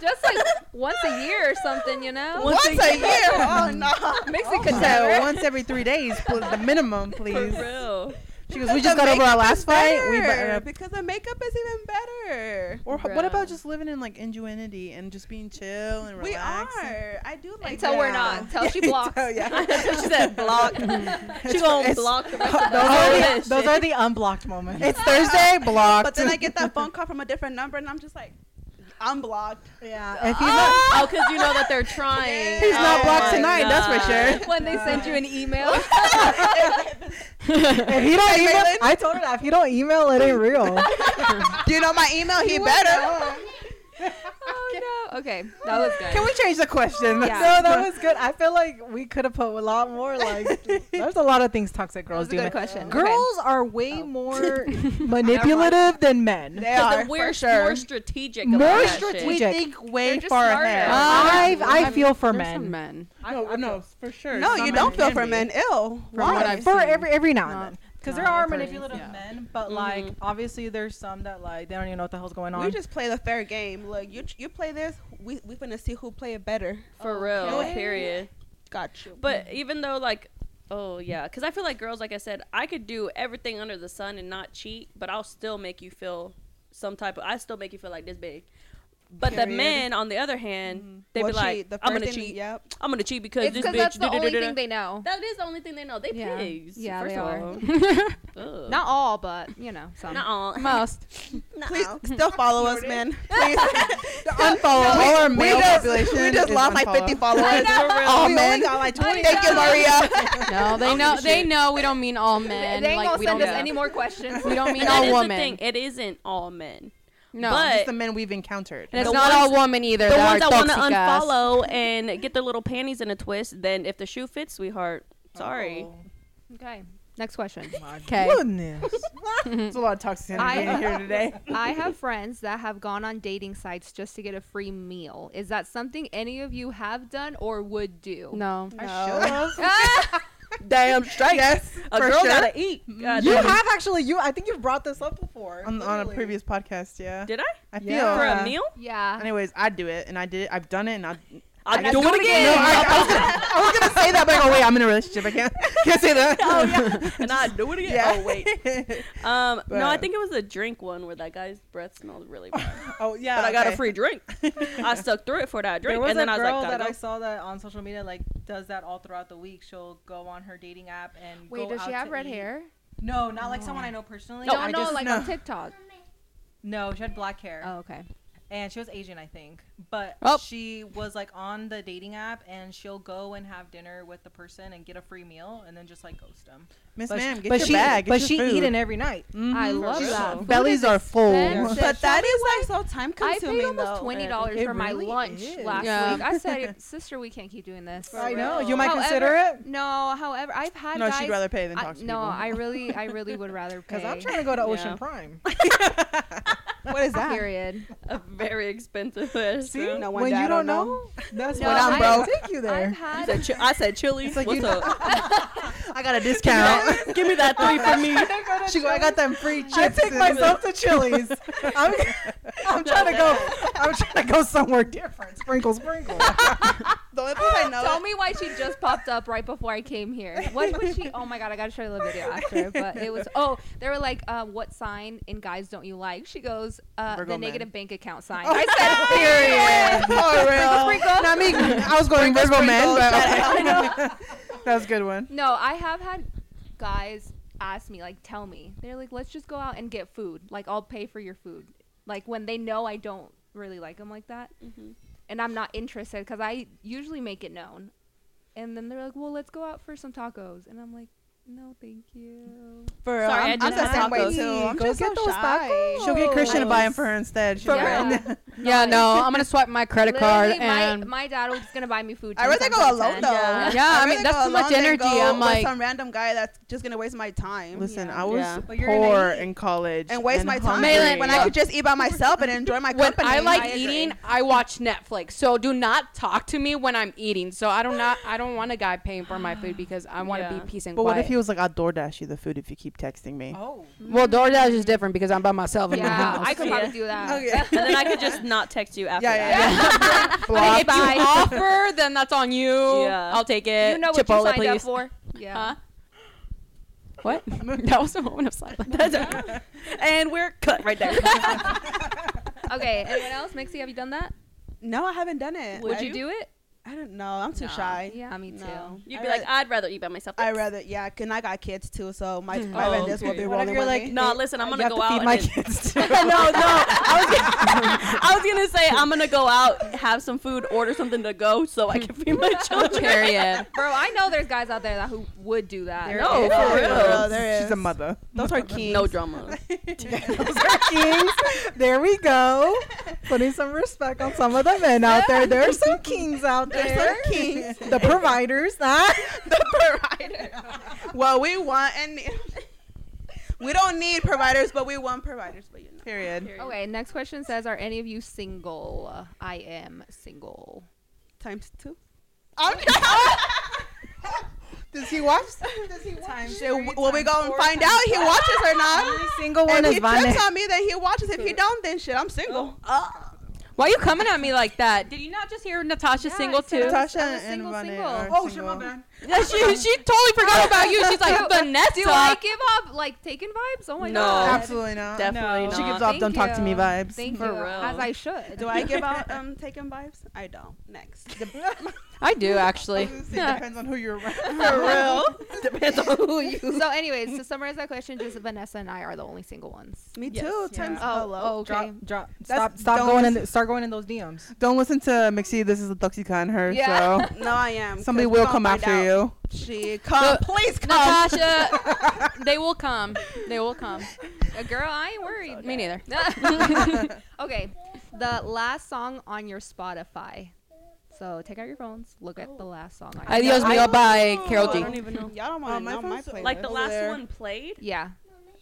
S1: just like once a year or something, you know.
S2: Once a year. Oh no.
S1: Makes me
S5: So
S1: consider.
S5: once every three days, pl- the minimum, please.
S3: real.
S5: She goes. We just got over our last fight. We
S2: better,
S5: better.
S2: because the makeup is even better.
S5: Or
S3: Bruh.
S5: what about just living in like ingenuity and just being chill and
S2: We
S5: relaxed?
S2: are. I do like.
S1: Until we're not. Until she blocks.
S5: Oh yeah.
S3: she said block. she gonna block the rest of
S4: Those, are
S3: the
S4: the, those are the unblocked moments.
S5: It's Thursday. Blocked.
S2: But then I get that phone call from a different number, and I'm just like, I'm blocked.
S4: yeah. If he's not,
S3: Oh, because you know that they're trying.
S5: He's not
S3: Oh
S5: blocked
S3: my
S5: tonight. That's for
S3: God.
S5: sure.
S1: When they send you an email,
S4: if he don't email, I told her that if you don't email, it ain't real.
S2: Do you know my email? He better.
S1: oh no. Okay, that was good.
S5: Can we change the question?
S1: Yeah.
S4: No, that was good. I feel like we could have put a lot more. Like, there's a lot of things toxic girls do.
S1: good question.
S4: Girls are way more manipulative than men.
S2: They
S3: Because
S2: are
S3: then we're
S2: for sure.
S3: more strategic.
S4: More
S3: about that
S4: strategic.
S5: We
S3: Shit.
S5: think way
S1: just
S5: far
S1: smarter.
S5: ahead.
S1: Uh,
S4: I I
S6: I've-
S4: feel for
S6: There's some
S4: men.
S6: men.
S5: no, no, for sure.
S2: No,
S5: Some
S2: you don't feel
S5: can
S2: for
S5: be.
S2: men ill.
S6: From what
S2: Why?
S6: I've
S4: for
S6: seen.
S4: every every now
S6: Not-
S4: and then. Because
S6: not
S4: there are
S6: every-
S4: manipulative
S6: yeah.
S4: men, but like obviously there's some that like they don't even know what the hell's going on.
S2: We just play the fair game. Look, you you play this, we we gonna see who play it better.
S3: For real.
S2: Okay.
S3: Period.
S2: Got you.
S3: But even though, like, oh yeah, because I feel like girls, like I said, I could do everything under the sun and not cheat, but I'll still make you feel some type of. I still make you feel like this big. But the
S2: Period. Mm-hmm.
S3: men, on the other hand, they'd
S2: Well,
S3: be like,
S2: cheat, the
S3: "I'm
S2: first
S3: gonna
S2: thing-
S3: cheat.
S2: Yep.
S3: I'm gonna cheat because
S1: It's
S3: this
S1: because
S3: bitch."
S1: that's the only
S3: da-da-da-da-da."
S1: thing they know.
S3: that is the only thing they know. They
S1: Yeah.
S3: pigs.
S1: Yeah,
S3: first
S1: they
S3: of
S1: are.
S3: all. Ugh.
S1: Not all, but you know some.
S3: Not all.
S1: Most.
S2: Please still follow us, man. Please unfollow.
S5: All our
S2: we
S5: male
S2: just,
S5: population.
S2: we just
S5: is
S2: lost like
S5: unfollow.
S2: 50 followers.
S5: Oh,
S2: All men.
S5: man. like
S2: Thank you, Maria.
S6: No, they know. They know we don't mean all men.
S1: they ain't
S6: like,
S1: gonna
S6: we
S1: send
S6: don't
S1: us any more questions.
S6: We don't mean
S3: And that
S6: all
S3: is
S6: women.
S3: the thing. It isn't all men.
S6: No,
S3: But-
S5: Just the men we've encountered.
S6: and it's
S3: the
S6: not
S3: ones-
S6: all women either.
S3: the
S6: that
S3: ones that
S6: are
S3: want to
S6: toxic ass.
S3: unfollow and get their little panties in a twist. Then if the shoe fits, sweetheart, sorry.
S1: Okay, next question.
S6: Okay.
S5: Goodness. It's a lot of toxicity
S1: I-
S5: in here today.
S1: I have friends that have gone on dating sites just to get a free meal. Is that something any of you have done or would do?
S6: No.
S5: Damn straight. Yes,
S3: A
S5: for
S3: girl
S5: sure.
S3: gotta eat. God
S4: you
S3: damn.
S4: have actually you I think you've brought this up before
S5: on, on a
S4: literally.
S5: previous podcast, yeah.
S3: Did I?
S5: I feel
S4: Yeah.
S3: For
S5: uh,
S3: a meal?
S1: Yeah.
S5: Anyways, I do it, and I did it. I've done it, and I
S3: I'll
S6: I'll
S3: do it again.
S5: No, I, I was gonna, I was gonna say that, but I go, wait, I'm in a relationship. I can't, can't say that.
S3: oh yeah, and I do it again.
S5: Yeah.
S3: Oh wait. Um, no, I
S5: But-
S3: think it was the drink one where that guy's breath smelled really bad.
S5: oh yeah.
S3: But I got a
S5: okay.
S3: free drink. I stuck through it for that
S4: There
S3: drink,
S4: was
S3: and then
S4: a
S3: I was
S4: girl
S3: like,
S4: that
S3: "Gotta
S4: I
S3: go."
S4: saw that on social media, like does that all throughout the week. She'll go on her dating app and
S1: Wait,
S4: go
S1: does she
S4: out
S1: have
S4: to
S1: red
S4: eat.
S1: hair?
S4: No, not like someone I know personally.
S1: No,
S4: I
S1: no,
S4: just,
S1: like
S5: no.
S1: on TikTok.
S4: no, she had black hair.
S1: Oh, okay.
S4: and she was Asian, I think. But
S6: Oh.
S4: she was like on the dating app, and she'll go and have dinner with the person and get a free meal, and then just like ghost them.
S5: Miss
S4: But
S5: Ma'am,
S4: she,
S5: get
S4: but
S5: your
S4: she,
S5: bag.
S4: but
S5: get
S4: she
S5: your food.
S4: eating every night.
S1: I love that. Food
S5: Bellies
S1: is
S5: are full.
S1: expensive.
S2: But that is like so time
S1: I
S2: consuming.
S1: paid almost
S2: though.
S1: twenty dollars
S5: It
S1: for my
S5: really
S1: lunch
S5: is.
S1: last
S6: Yeah.
S1: week. I said, "Sister, we can't keep doing this."
S5: I know.
S1: However-
S5: You might consider it.
S1: No, however, I've had
S5: No,
S1: guys.
S5: she'd rather pay than
S1: I-
S5: talk to
S1: no,
S5: people.
S1: I really, I really would rather pay.
S5: Because I'm trying to go to Ocean
S3: Yeah.
S5: Prime. what is that?
S1: Period.
S3: a very expensive ass.
S2: See, no one
S5: When
S2: died,
S5: you
S2: I
S5: don't
S2: know.
S5: know, that's
S1: No,
S5: when I'm
S1: I-
S5: broke. Take you
S1: I've
S5: there.
S3: I
S1: had.
S3: said, chi- I said chili.
S5: like
S3: What's
S5: you-
S3: up?
S5: I got a discount.
S3: Give me that three for me.
S5: she go, I got them free chips.
S3: I take
S5: and-
S3: myself
S5: to Chili's. I'm, I'm trying to go. I'm trying to go somewhere different. Sprinkle, sprinkle.
S2: The only place I know.
S1: Tell me why she just popped up right before I came here. What was she? Oh my god, I gotta show you the video after. But it was oh, they were like, uh, "What sign in guys don't you like?" She goes, uh, "The
S5: Virgo man.
S1: negative bank account sign." I said,
S5: Period. For real. I mean, I was going Virgo man, but that was a good one.
S1: No, I have had guys ask me, like, tell me. They're like, let's just go out and get food. Like, I'll pay for your food. Like, when they know I don't really like them like that. And I'm not interested because I usually make it known. And then they're like, well, let's go out for some tacos. And I'm like, no, thank you.
S2: For real,
S3: Sorry, I
S2: I'm,
S3: just
S2: I'm the
S3: had
S2: same way
S3: tacos.
S2: too. I'm
S5: Go
S2: just
S5: get
S2: so
S5: those
S2: shy.
S5: tacos. She'll get Christian to buy them for her instead. She'll
S1: Yeah.
S5: get-
S6: Yeah, no, I'm gonna swipe my credit card
S1: Literally,
S6: and
S1: my, my dad was going to buy me food.
S2: I'd rather
S1: 10
S2: go
S1: times out of
S2: alone
S1: 10.
S2: though.
S3: Yeah.
S6: Yeah, I
S2: I'd
S6: mean,
S2: rather
S6: that's
S2: go
S6: too much
S2: alone than
S6: energy.
S2: go
S6: I'm
S2: with
S6: like-
S2: some random guy that's just gonna waste my time
S5: Listen, I was
S3: Yeah.
S4: But you're gonna
S5: poor
S4: eat.
S5: in college
S2: and waste my time
S6: hungry.
S2: when
S6: Yeah.
S2: I could just eat by myself and enjoy my
S6: when
S2: company.
S6: I like
S1: I agree.
S6: eating, I watch Netflix. So do not talk to me when I'm eating. So I don't not I don't want a guy paying for my food because I want to
S3: Yeah.
S6: be peace and
S5: But what
S6: quiet.
S5: if he was like, I'll DoorDash you the food if you keep texting me?
S4: Oh,
S6: well, DoorDash is different because I'm by myself in my
S1: Yeah,
S6: house.
S1: I could probably do that.
S2: Okay.
S3: And then I could just not text you after
S5: Yeah,
S3: that.
S5: yeah, yeah.
S6: I mean, if
S1: Bye.
S6: you offer, then that's on you.
S3: Yeah.
S6: I'll take it.
S1: You know what
S6: Chipotle,
S1: you signed
S6: please.
S1: up for. Yeah.
S6: Huh? What? that was a moment of silence.
S3: And we're cut right there.
S1: Okay. Anyone else? Mixie, have you done that?
S2: no, I haven't done it.
S3: Would
S1: Would
S2: I,
S1: you,
S3: you?
S1: do it?
S2: I don't know. I'm too shy.
S1: Yeah, me too.
S2: No.
S3: You'd
S2: I
S3: be like,
S2: rather-
S3: I'd rather eat by myself.
S2: I rather, yeah, and I got kids too, so my my
S3: Oh,
S2: vendors will
S3: okay.
S2: be
S3: What
S2: rolling
S4: you're
S2: with
S4: like,
S2: me.
S3: No, listen, I'm
S5: You
S3: gonna
S5: have
S3: go
S5: to
S3: out.
S5: feed my
S3: and-
S5: kids too.
S3: no, no. I was, gonna, I was gonna say I'm gonna go out, have some food, order something to go, so I can feed my children.
S6: Period.
S1: Bro, I know there's guys out there that who would do that.
S2: There
S3: No,
S2: is.
S3: for
S2: Oh,
S3: real.
S2: no, there
S5: She's a
S2: is.
S5: mother.
S2: Those are kings.
S3: No drama.
S5: Those are kings. There we go. Putting some respect on some of the men out there. There are some kings out there.
S2: There's some kings.
S5: The providers, huh?
S2: well, we want and we don't need providers, but we want providers. But you know,
S5: Period.
S1: Okay, next question says Are any of you single? I am single.
S2: times two.
S5: Does he watch?
S2: Times two. Will we go and find out he watches or not?
S5: Single
S2: If
S5: one
S2: he
S5: is Vane.
S2: trips on me, then he watches. If he don't, then shit, I'm single.
S3: Oh.
S6: Why you coming at me like that? Did you not just hear Natasha's single too?
S5: Tasha
S1: I'm a
S5: and
S1: single,
S5: Vane.
S1: single.
S5: are
S1: Oh,
S5: single.
S6: Yeah, she, she totally forgot about you. She's like,
S1: Do-
S6: Vanessa.
S1: Do I give up like taken vibes? Oh my
S3: No.
S1: god.
S5: Absolutely not.
S3: Definitely
S5: She
S3: not.
S5: gives off "don't talk to me"
S1: you.
S5: vibes.
S1: Thank
S3: For
S1: you.
S3: real.
S1: As I should.
S2: Do I give out um taking vibes? I don't. Next.
S6: I do actually.
S5: It depends on who you're around.
S3: For real. Depends on who you.
S1: so, anyways, to summarize that question, just Vanessa and I are the only single ones.
S2: me
S4: Yes.
S2: too.
S4: Yeah.
S2: Times
S5: Uh,
S1: Oh, oh, okay.
S4: drop, drop,
S5: That's-
S4: stop, stop
S5: don't
S4: going in.
S5: listen-
S4: th- start going in those DMs.
S5: Don't listen to Mixie. This is a toxicon her.
S1: Yeah.
S5: So
S2: No, I am. 'cause
S5: somebody
S2: we
S5: will
S2: gonna
S5: come
S2: find
S5: after
S2: out.
S5: you.
S2: She come.
S6: So-
S2: please come.
S6: Natasha, they will come. They will come.
S1: A Uh, girl, I ain't worried.
S6: Me neither.
S1: okay, the last song on your Spotify. So take out your phones. Look at the last song. On your
S6: Adios mio by Carol
S3: I don't
S6: G.
S3: even know.
S2: Y'all don't want to
S5: Oh, my
S2: know my
S5: phone's-
S2: playlist.
S3: Like the
S5: Over
S3: last
S5: there.
S3: one played.
S1: yeah.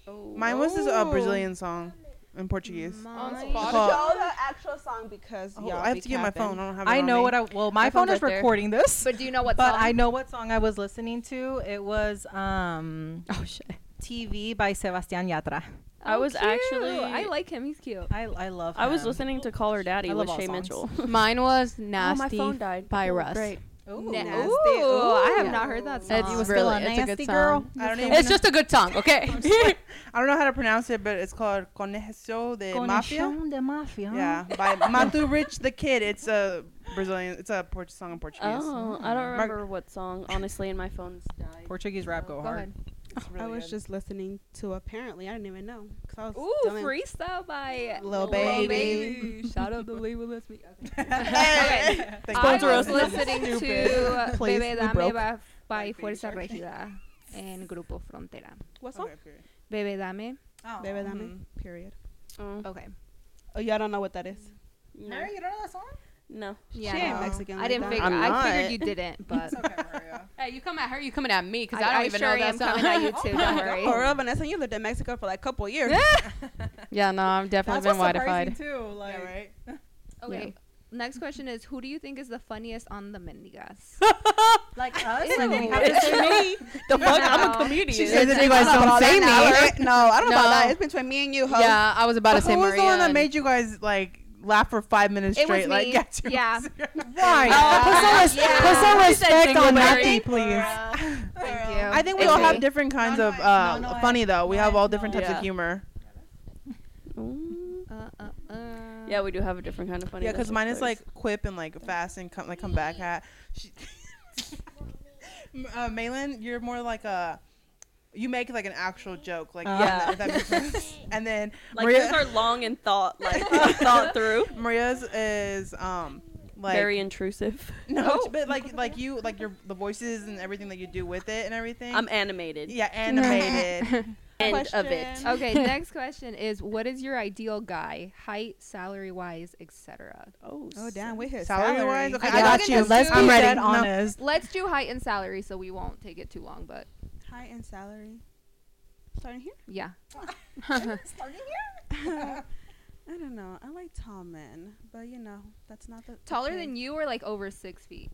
S4: Oh.
S5: Mine was this uh, Brazilian song in Portuguese.
S1: Mine-
S5: Spotify.
S2: Show the actual song because
S5: Oh,
S2: y'all
S5: I have
S2: be
S5: to get my
S2: capping.
S5: phone. I don't have. It
S4: I
S5: on
S4: know
S5: me.
S4: what I. Well, my
S6: My
S4: phone
S6: phone's
S4: is
S6: right there.
S4: recording this,
S1: But do you know what
S4: but
S1: song?
S4: I know what song I was listening to. It was um.
S6: Oh shit.
S4: TV by Sebastián Yatra.
S3: I was
S1: cute.
S3: actually
S1: I like him. He's cute.
S4: I, I love
S3: I was
S4: him.
S3: listening to Call Her Daddy
S4: I love
S3: with
S4: all
S3: Shay
S4: songs.
S3: Mitchell.
S6: Mine was nasty
S3: died.
S6: by Russ.
S4: Ooh.
S1: Na-
S2: Nasty.
S1: Ooh, I have
S2: Ooh.
S1: not heard that song.
S6: It's
S4: You were still
S6: really
S4: a
S6: it's a
S4: nasty
S6: good
S4: girl.
S6: song.
S5: I don't even.
S6: It's
S5: know,
S6: just a good song. Okay.
S5: I don't know how to pronounce it, but it's called Conejo de Mafia.
S4: Conexión de mafia.
S5: Yeah, by Matu Rich the Kid. It's a Brazilian. It's a Portuguese song in Portuguese.
S3: Oh, I don't remember what song, honestly, and my phone's died.
S4: Portuguese rap go,
S1: Go
S4: hard.
S1: ahead.
S5: It's really
S2: I was
S5: good.
S2: just listening to apparently I didn't even know 'cause I was
S1: Ooh,
S2: dumb and-
S1: freestyle by
S2: Lil Baby.
S1: Shout out the label, that's me. Okay.
S5: Hey, thank you.
S1: I was listening to
S2: Please,
S1: Bebe
S2: we
S1: Dame
S2: broke.
S1: by, by Fuerza Regida en Grupo Frontera.
S2: What's up?
S5: Okay, period.
S1: Bebe Dame.
S4: Oh.
S2: Baby, that
S5: Mhm.
S2: Period.
S3: Mm,
S1: Okay.
S2: Oh, y'all don't know what that is.
S3: no.
S4: you don't know that song?
S3: no.
S1: Yeah.
S2: She ain't
S1: no.
S2: Mexican.
S1: I didn't
S2: like
S1: figure.
S2: that.
S1: I
S6: not.
S1: figured you didn't, but
S6: hey, you come at her, you coming at me because I,
S1: I-
S6: don't
S1: I
S6: even
S1: sure
S6: know that
S1: am
S6: song.
S1: coming at you too, don't worry.
S2: For real, Vanessa, you lived in Mexico for like a couple years.
S6: yeah, no, I've definitely
S4: That's
S6: been
S4: what's surprising
S6: wide-eyed.
S4: too. Like,
S5: Yeah, right.
S1: okay.
S6: Yeah.
S1: Next question is Who do you think is the funniest on the Mendigas?
S4: like us, like we
S1: Ew.
S4: have to say me.
S6: The fuck? I'm a
S1: No.
S6: comedian.
S5: that you guys don't say
S2: Right? No, I don't know
S6: No.
S2: about that. It's between me and you, ho.
S6: yeah, I was about to say
S5: Who was
S6: Maria.
S5: the one that
S6: and-
S5: made you guys like laugh for five minutes
S1: It was
S5: straight? Like,
S1: me.
S5: get your
S1: Yeah.
S5: Why?
S1: Yeah.
S4: Put some, res- put some
S6: You said
S4: respect on
S6: Dingleberry.
S4: Nati, please.
S1: Thank you.
S5: I think we
S6: It's
S5: all
S6: me.
S5: have different kinds
S4: No,
S5: of
S4: no,
S5: uh,
S4: no, no,
S5: funny though. We
S4: no,
S5: have all
S4: no.
S5: different types
S6: Yeah.
S5: of humor.
S3: Mm.
S1: Uh, uh, uh.
S3: Yeah, we do have a different kind of funny.
S5: Yeah, because
S3: that's
S5: mine
S3: what
S5: is
S3: it
S5: like quip and like fast and come like come back hat. She- M- uh, Malin, you're more like a. You make like an actual joke, like
S4: Uh,
S5: yeah. That, that makes sense. and then
S3: Like
S5: Maria,
S3: those are long and thought, like thought through.
S5: Maria's is um like
S3: Very intrusive.
S5: no, but like like you like your the voices and everything that you do with it and everything.
S3: I'm animated.
S5: yeah, animated.
S3: End of it.
S2: Question.
S1: Okay, next question is What is your ideal guy? Height, salary wise, etc.
S3: Oh,
S2: Oh, damn, we hit
S5: Salary wise, okay, I
S1: I
S5: got
S1: think
S5: you.
S1: it's Let's
S5: Let's
S1: be
S5: I'm ready.
S4: dead
S5: No.
S4: honest.
S1: Let's do height and salary so we won't take it too long, but
S2: High in salary. Starting here?
S1: yeah.
S2: I don't know. I like tall men, but you know, that's not the
S1: Taller than you or like over six feet?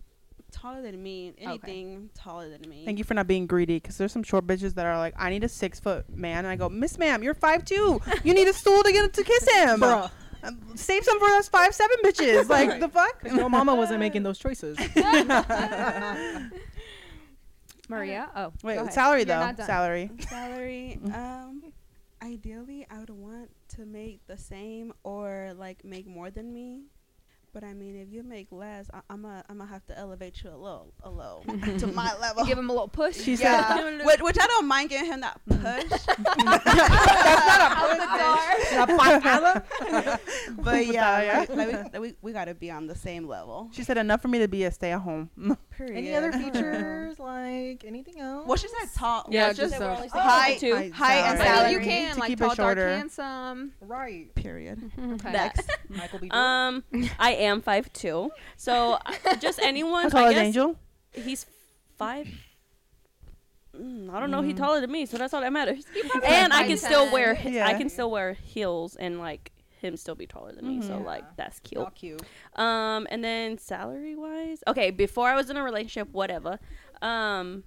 S2: taller than me. Anything taller than me.
S5: Thank you for not being greedy, because there's some short bitches that are like, I need a six foot man, and I go, Miss Ma'am, you're five two. You need a stool to get to kiss him.
S4: Bruh.
S5: Um, Save some for those five seven bitches. Like the fuck.
S4: Your mama wasn't making those choices.
S1: Maria? Oh.
S5: Wait,
S1: go ahead.
S5: salary
S1: You're
S5: though.
S1: not done.
S5: Salary.
S2: Salary. um, ideally, I would want to make the same or like make more than me. But I mean, if you make less, I- I'm gonna I'm gonna have to elevate you a little, a little to my level.
S1: Give him a little push.
S5: She said
S2: yeah, which, which I don't mind giving him that push. but yeah, like, like we, we, we gotta be on the same level.
S5: She said enough for me to be a stay at home.
S2: Period.
S4: Any other features? Like anything else?
S2: Well, she said tall.
S6: Yeah,
S2: well, she
S6: just
S2: said
S6: those.
S2: we're only
S3: Oh,
S2: high,
S3: two.
S2: high,
S5: But
S2: and
S1: But
S2: salary.
S1: you
S5: Salary.
S1: can
S5: To
S1: like
S5: keep it
S1: tall, dark,
S5: shorter.
S1: handsome.
S4: right. Mm-hmm.
S2: Period.
S1: Okay.
S3: Next.
S4: Michael B.
S3: Um, I am five two. So I- just anyone.
S5: How tall
S3: I
S5: is
S3: guess
S5: Angel?
S3: He's five. Mm, I don't know. He's taller than me, so that's all that matters.
S1: probably
S3: And
S1: like
S3: I can still
S1: 5'10".
S3: wear.
S5: Yeah.
S3: I can still wear heels and like him still be taller than me. So like that's cute.
S4: Y'all cute.
S3: Um, and then salary wise, okay. Before I was in a relationship, whatever. Um,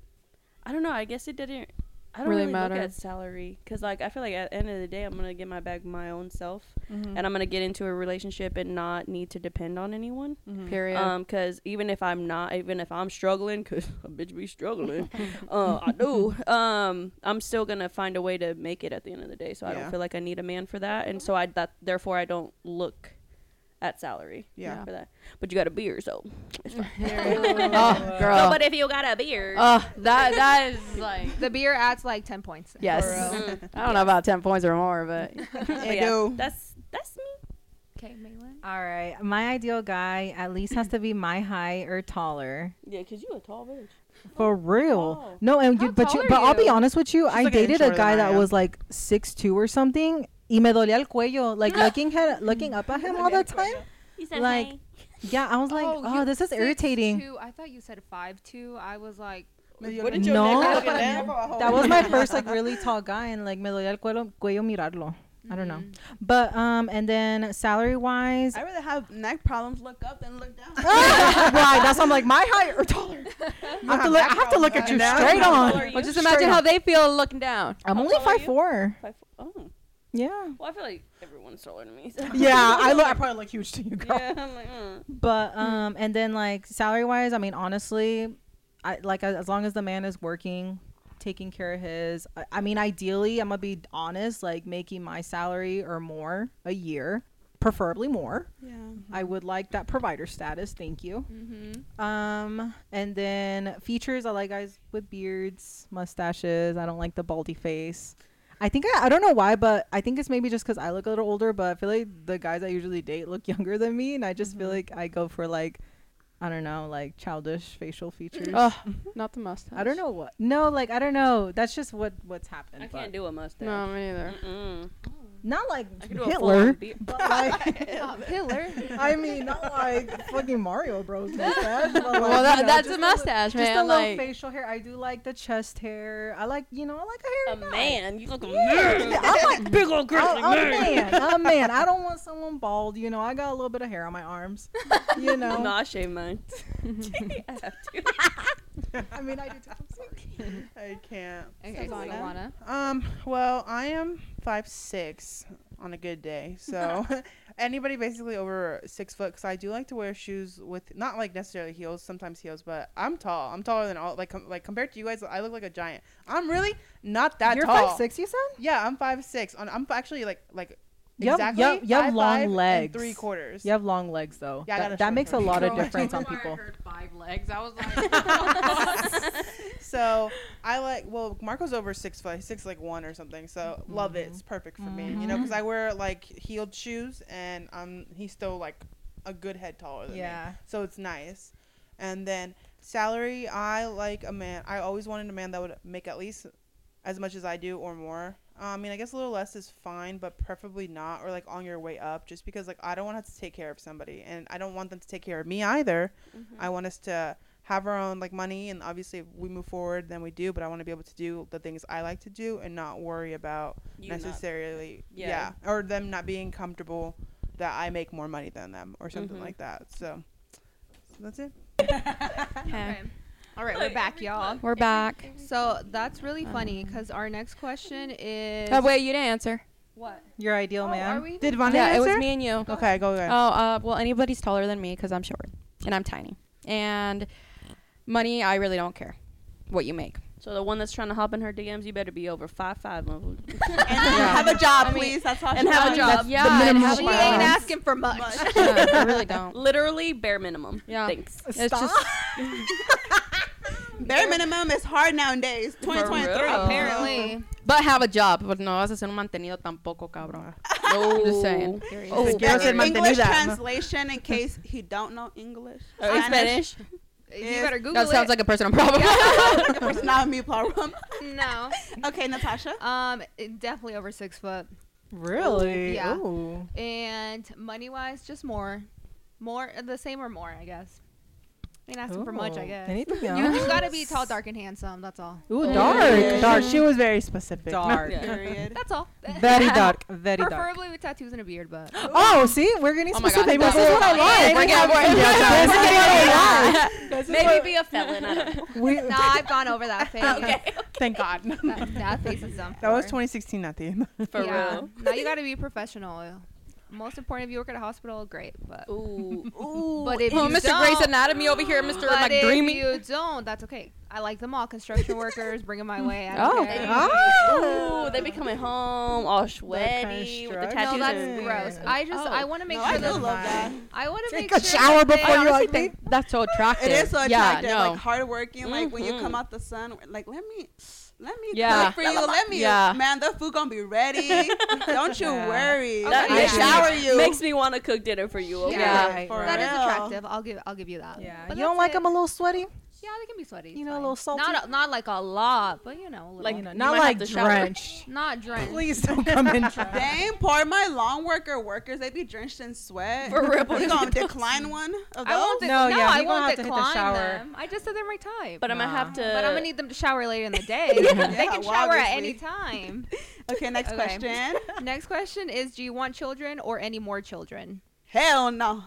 S3: I don't know. I guess it didn't. I don't
S6: Really
S3: really, matter.
S6: matter.
S3: look at salary because, like, I feel like at the end of the day, I'm gonna get my bag my own self,
S4: Mm-hmm.
S6: Mm.
S3: and I'm gonna get into a relationship and not need to depend on anyone.
S6: Period.
S3: Um, because even if I'm not, even if I'm struggling, because a bitch be struggling, uh, I do. Um, I'm still gonna find a way to make it at the end of the day. So I
S5: Yeah.
S3: don't feel like I need a man for that, and so I that therefore I don't look at salary.
S5: Yeah.
S3: For that, but you got a beer, so.
S6: oh, girl.
S3: No, but if you got a beer,
S6: oh, that that is like
S1: The beer adds like 10 points.
S6: yes.
S3: Mm.
S6: I don't know about ten points or more, but
S3: But
S2: They
S3: yeah,
S2: do.
S3: That's that's me.
S1: Okay, Malin.
S4: All right. My ideal guy at least has to be my height or taller.
S3: Yeah, cause you a tall bitch.
S4: For real.
S3: wow.
S4: No, and
S1: How
S4: you, but
S1: tall
S4: you,
S1: are
S4: but I'll be
S1: you?
S4: honest with you. I
S5: like an inch
S4: dated a
S5: shorter
S4: guy
S5: than I
S4: that
S5: am.
S4: was like six two or something. Y me dolía el cuello, like looking at looking up at him all the time.
S3: You
S4: Like, yeah, I was like, oh,
S1: you
S4: this is
S1: said
S4: irritating.
S1: two. I thought you said five two. I was like,
S5: Wouldn't
S4: your No. neck look
S5: at that?
S4: That was my first like really tall guy, and like me dolía el cuello, cuello mirarlo. I don't know. But um, and then salary wise,
S2: I rather have neck problems look up than look down.
S4: right? That's why I'm like my height or taller. I have to look. I have to look at you straight on.
S6: Well, just imagine how they feel looking down.
S4: I'm only
S3: tall are
S4: five
S3: you?
S4: four.
S3: Five, oh.
S4: Yeah.
S3: Well, I feel like everyone's taller than me.
S4: Yeah, I look. I probably look huge to you, girl.
S3: yeah, I'm like, mm.
S4: But um, and then like salary wise, I mean, honestly, I like as as long as the man is working, taking care of his. I, I mean, ideally, I'm gonna be honest, like making my salary or more a year, preferably more.
S2: yeah.
S4: I would like that provider status. Thank you.
S3: Mm-hmm.
S4: Um, and then features. I like guys with beards, mustaches. I don't like the baldy face. I think I, I don't know why, but I think it's maybe just because I look a little older. But I feel like the guys I usually date look younger than me, and I just
S3: Mm-hmm.
S4: feel like I go for like, I don't know, like childish facial features.
S6: Oh, not the mustache.
S4: I don't know what. No, like I don't know. That's just what what's happened.
S3: I
S4: but-
S3: can't do a mustache.
S6: No, me neither.
S3: Mm-mm.
S4: Not like
S3: I can do a
S4: Hitler,
S3: full-on beard.
S4: but like
S1: "Oh, Hitler.
S4: I mean, not like fucking Mario Bros. mustache. But like,
S6: Well, that,
S4: you know,
S6: that's
S4: just
S6: a mustache,
S4: Just a
S6: man.
S4: little
S6: Like,
S4: facial hair. I do like the chest hair. I like, you know, I like a
S3: A
S4: hairy guy.
S3: man, you look a
S4: Yeah,
S3: man.
S4: I'm like
S5: Oh,
S3: Big old
S4: I'm-
S3: grizzly
S4: I'm a
S3: man.
S4: man. I'm a man. I don't want someone bald. You know, I got a little bit of hair on my arms. You know,
S3: No, I shave mine. I have to.
S4: I mean, I do. Too. I'm sorry.
S5: I can't.
S1: Okay,
S2: Savannah.
S1: Savannah.
S5: Um. Well, I am five six on a good day. So anybody basically over six foot, because I do like to wear shoes with not like necessarily heels, sometimes heels, but I'm tall. I'm taller than all. Like com- like compared to you guys, I look like a giant. I'm really not that
S4: You're
S5: tall.
S4: five six. You said.
S5: Yeah, I'm five six. On I'm actually like like
S4: You have- you
S5: exactly.
S4: have- you have
S5: five
S4: long
S5: five and
S4: legs.
S5: Three quarters.
S4: You have long legs though.
S5: Yeah, I got a
S4: that, that
S5: short
S4: makes a
S5: one.
S4: lot of
S5: Girl,
S4: difference on
S6: I
S4: people.
S6: heard five legs. I was like,
S5: So I like well Marco's over six foot six like one or something so love it it's perfect for me you know because I wear like heeled shoes and um he's still like a good head taller than
S4: Yeah.
S5: me so it's nice and then salary I like a man I always wanted a man that would make at least as much as I do or more Uh, I mean I guess a little less is fine but preferably not or like on your way up just because like I don't want to have to take care of somebody and I don't want them to take care of me either
S3: Mm-hmm.
S5: I want us to have our own like money and obviously if we move forward then we do but i want to be able to do the things i like to do and not worry about
S3: You not-
S5: necessarily
S3: Yeah.
S5: yeah. or them not being comfortable that i make more money than them or something
S3: Mhm.
S5: like that so, so that's it
S1: All right, we're back, y'all.
S6: we're back.
S1: So that's really funny because our next question is
S6: Oh wait, you didn't answer.
S1: what?
S4: Your ideal
S1: Oh,
S4: man.
S1: are we?
S5: did Vonda
S6: yeah, it
S5: answer
S6: was me and you.
S5: okay go ahead
S6: Oh, uh, well, anybody's taller than me because I'm short and I'm tiny. And money, I really don't care what you make.
S3: So the one that's trying to hop in her DMs, you better be over five five. motherfucker.
S2: Have a job, please. That's all.
S3: and have a job.
S6: yeah, and have
S1: She
S6: a
S1: ain't
S6: job.
S1: asking for much.
S6: Yeah, I really don't.
S3: Literally bare minimum.
S6: Yeah.
S3: Thanks.
S6: It's just
S2: Bare minimum is hard nowadays. 2023.
S1: Apparently,
S6: But have a job, but no vas a ser un mantenido tampoco, cabrón.
S3: no.
S6: Just saying.
S3: Oh,
S5: Yeah, I said
S2: English
S5: mantenida.
S2: translation in case he don't know English.
S3: in Spanish.
S1: you better Google
S6: That
S1: it.
S6: sounds like a personal problem.
S2: it's not me, plural.
S1: no.
S2: okay, Natasha.
S1: Um, it- definitely over six foot.
S4: Really?
S1: Yeah.
S4: Ooh.
S1: And money wise, just more, more uh, the same or more, I guess. Ain't asking for much, I
S4: Ooh.
S1: guess.
S4: Anything
S1: You,
S4: else?
S1: you gotta be tall, dark, and handsome. That's all.
S4: Ooh,
S5: dark
S4: Oh, dark,
S5: dark
S4: dark,
S5: she was very specific
S4: dark.
S3: Yeah.
S2: Period.
S1: That's all.
S4: Very dark. Very dark.
S1: Preferably with tattoos and a beard, but
S4: Oh, see, we're getting
S6: Oh my God,
S4: specific.
S6: that's-
S4: This is what I like.
S6: We're getting- we're-
S4: This is what I like.
S3: Maybe be a felon. I don't know.
S4: We-
S1: no, I've gone over that phase.
S5: thank god
S1: That, that phase is done.
S5: that was
S1: for.
S5: 2016 at the end
S3: For
S1: yeah.
S3: real.
S1: now you gotta be professional. Most important, if you work at a hospital, great. But
S3: Ooh.
S1: but if
S6: oh,
S1: you
S6: Mr.
S1: don't,
S6: Grey's Anatomy over here, Mr.
S1: but
S6: like
S1: if
S6: Dreamy.
S1: you don't, that's okay. I like them all. Construction workers, bring them my way. I
S6: Oh.
S1: don't care.
S5: Oh.
S3: Ooh, they be coming home all sweaty with the
S4: construction.
S1: No,
S3: tattoos.
S1: that's gross. I just
S4: Oh.
S1: I want to make sure that
S2: that.
S1: I want to
S4: Take
S1: make
S4: a
S1: sure
S4: shower
S1: that they-
S4: before you
S1: honestly
S4: like
S1: think-
S4: me.
S6: That's so attractive.
S2: It is so attractive,
S6: Yeah, no.
S2: like hardworking. Like when you come
S3: Mhm.
S2: out the sun, like let me, let me
S6: Yeah.
S2: cook for you. Let me,
S6: Yeah.
S2: man. The food gonna be ready. Don't you
S4: Yeah.
S2: worry.
S1: That
S2: Let me
S1: makes me-
S2: shower you.
S3: Makes me want to cook dinner for you. Okay?
S1: Yeah.
S2: for
S1: That is
S2: real.
S1: attractive. I'll give I'll give you that.
S4: Yeah.
S1: But
S4: you don't
S1: that's
S4: like
S1: it.
S4: them a little sweaty?
S1: Yeah, they can be sweaty. it's
S4: You know, a
S1: fine.
S4: little salty.
S1: Not a- not like a lot, but you know, a little.
S3: Like,
S4: you know,
S3: you
S4: not
S3: might have
S4: like
S3: to shower.
S4: drenched.
S1: not drenched.
S4: Please don't come in drenched.
S2: Dang, poor my lawn worker workers. They be drenched in sweat.
S3: For real,
S2: You
S3: please
S2: gonna
S3: don't.
S2: decline one of
S1: I
S2: those?
S1: won't. De-
S4: No,
S1: no,
S4: yeah,
S1: I
S4: we gonna
S1: won't
S4: have to hit the
S1: decline
S4: shower.
S1: them. I just said they're my type.
S3: But I'm gonna
S4: Nah.
S3: have to.
S1: But I'm gonna need them to shower later in the day. they can
S2: well,
S1: shower at
S2: obviously.
S1: any time.
S2: Okay, next
S1: Okay.
S2: question.
S1: Next question is: Do you want children or any more children?
S2: Hell no.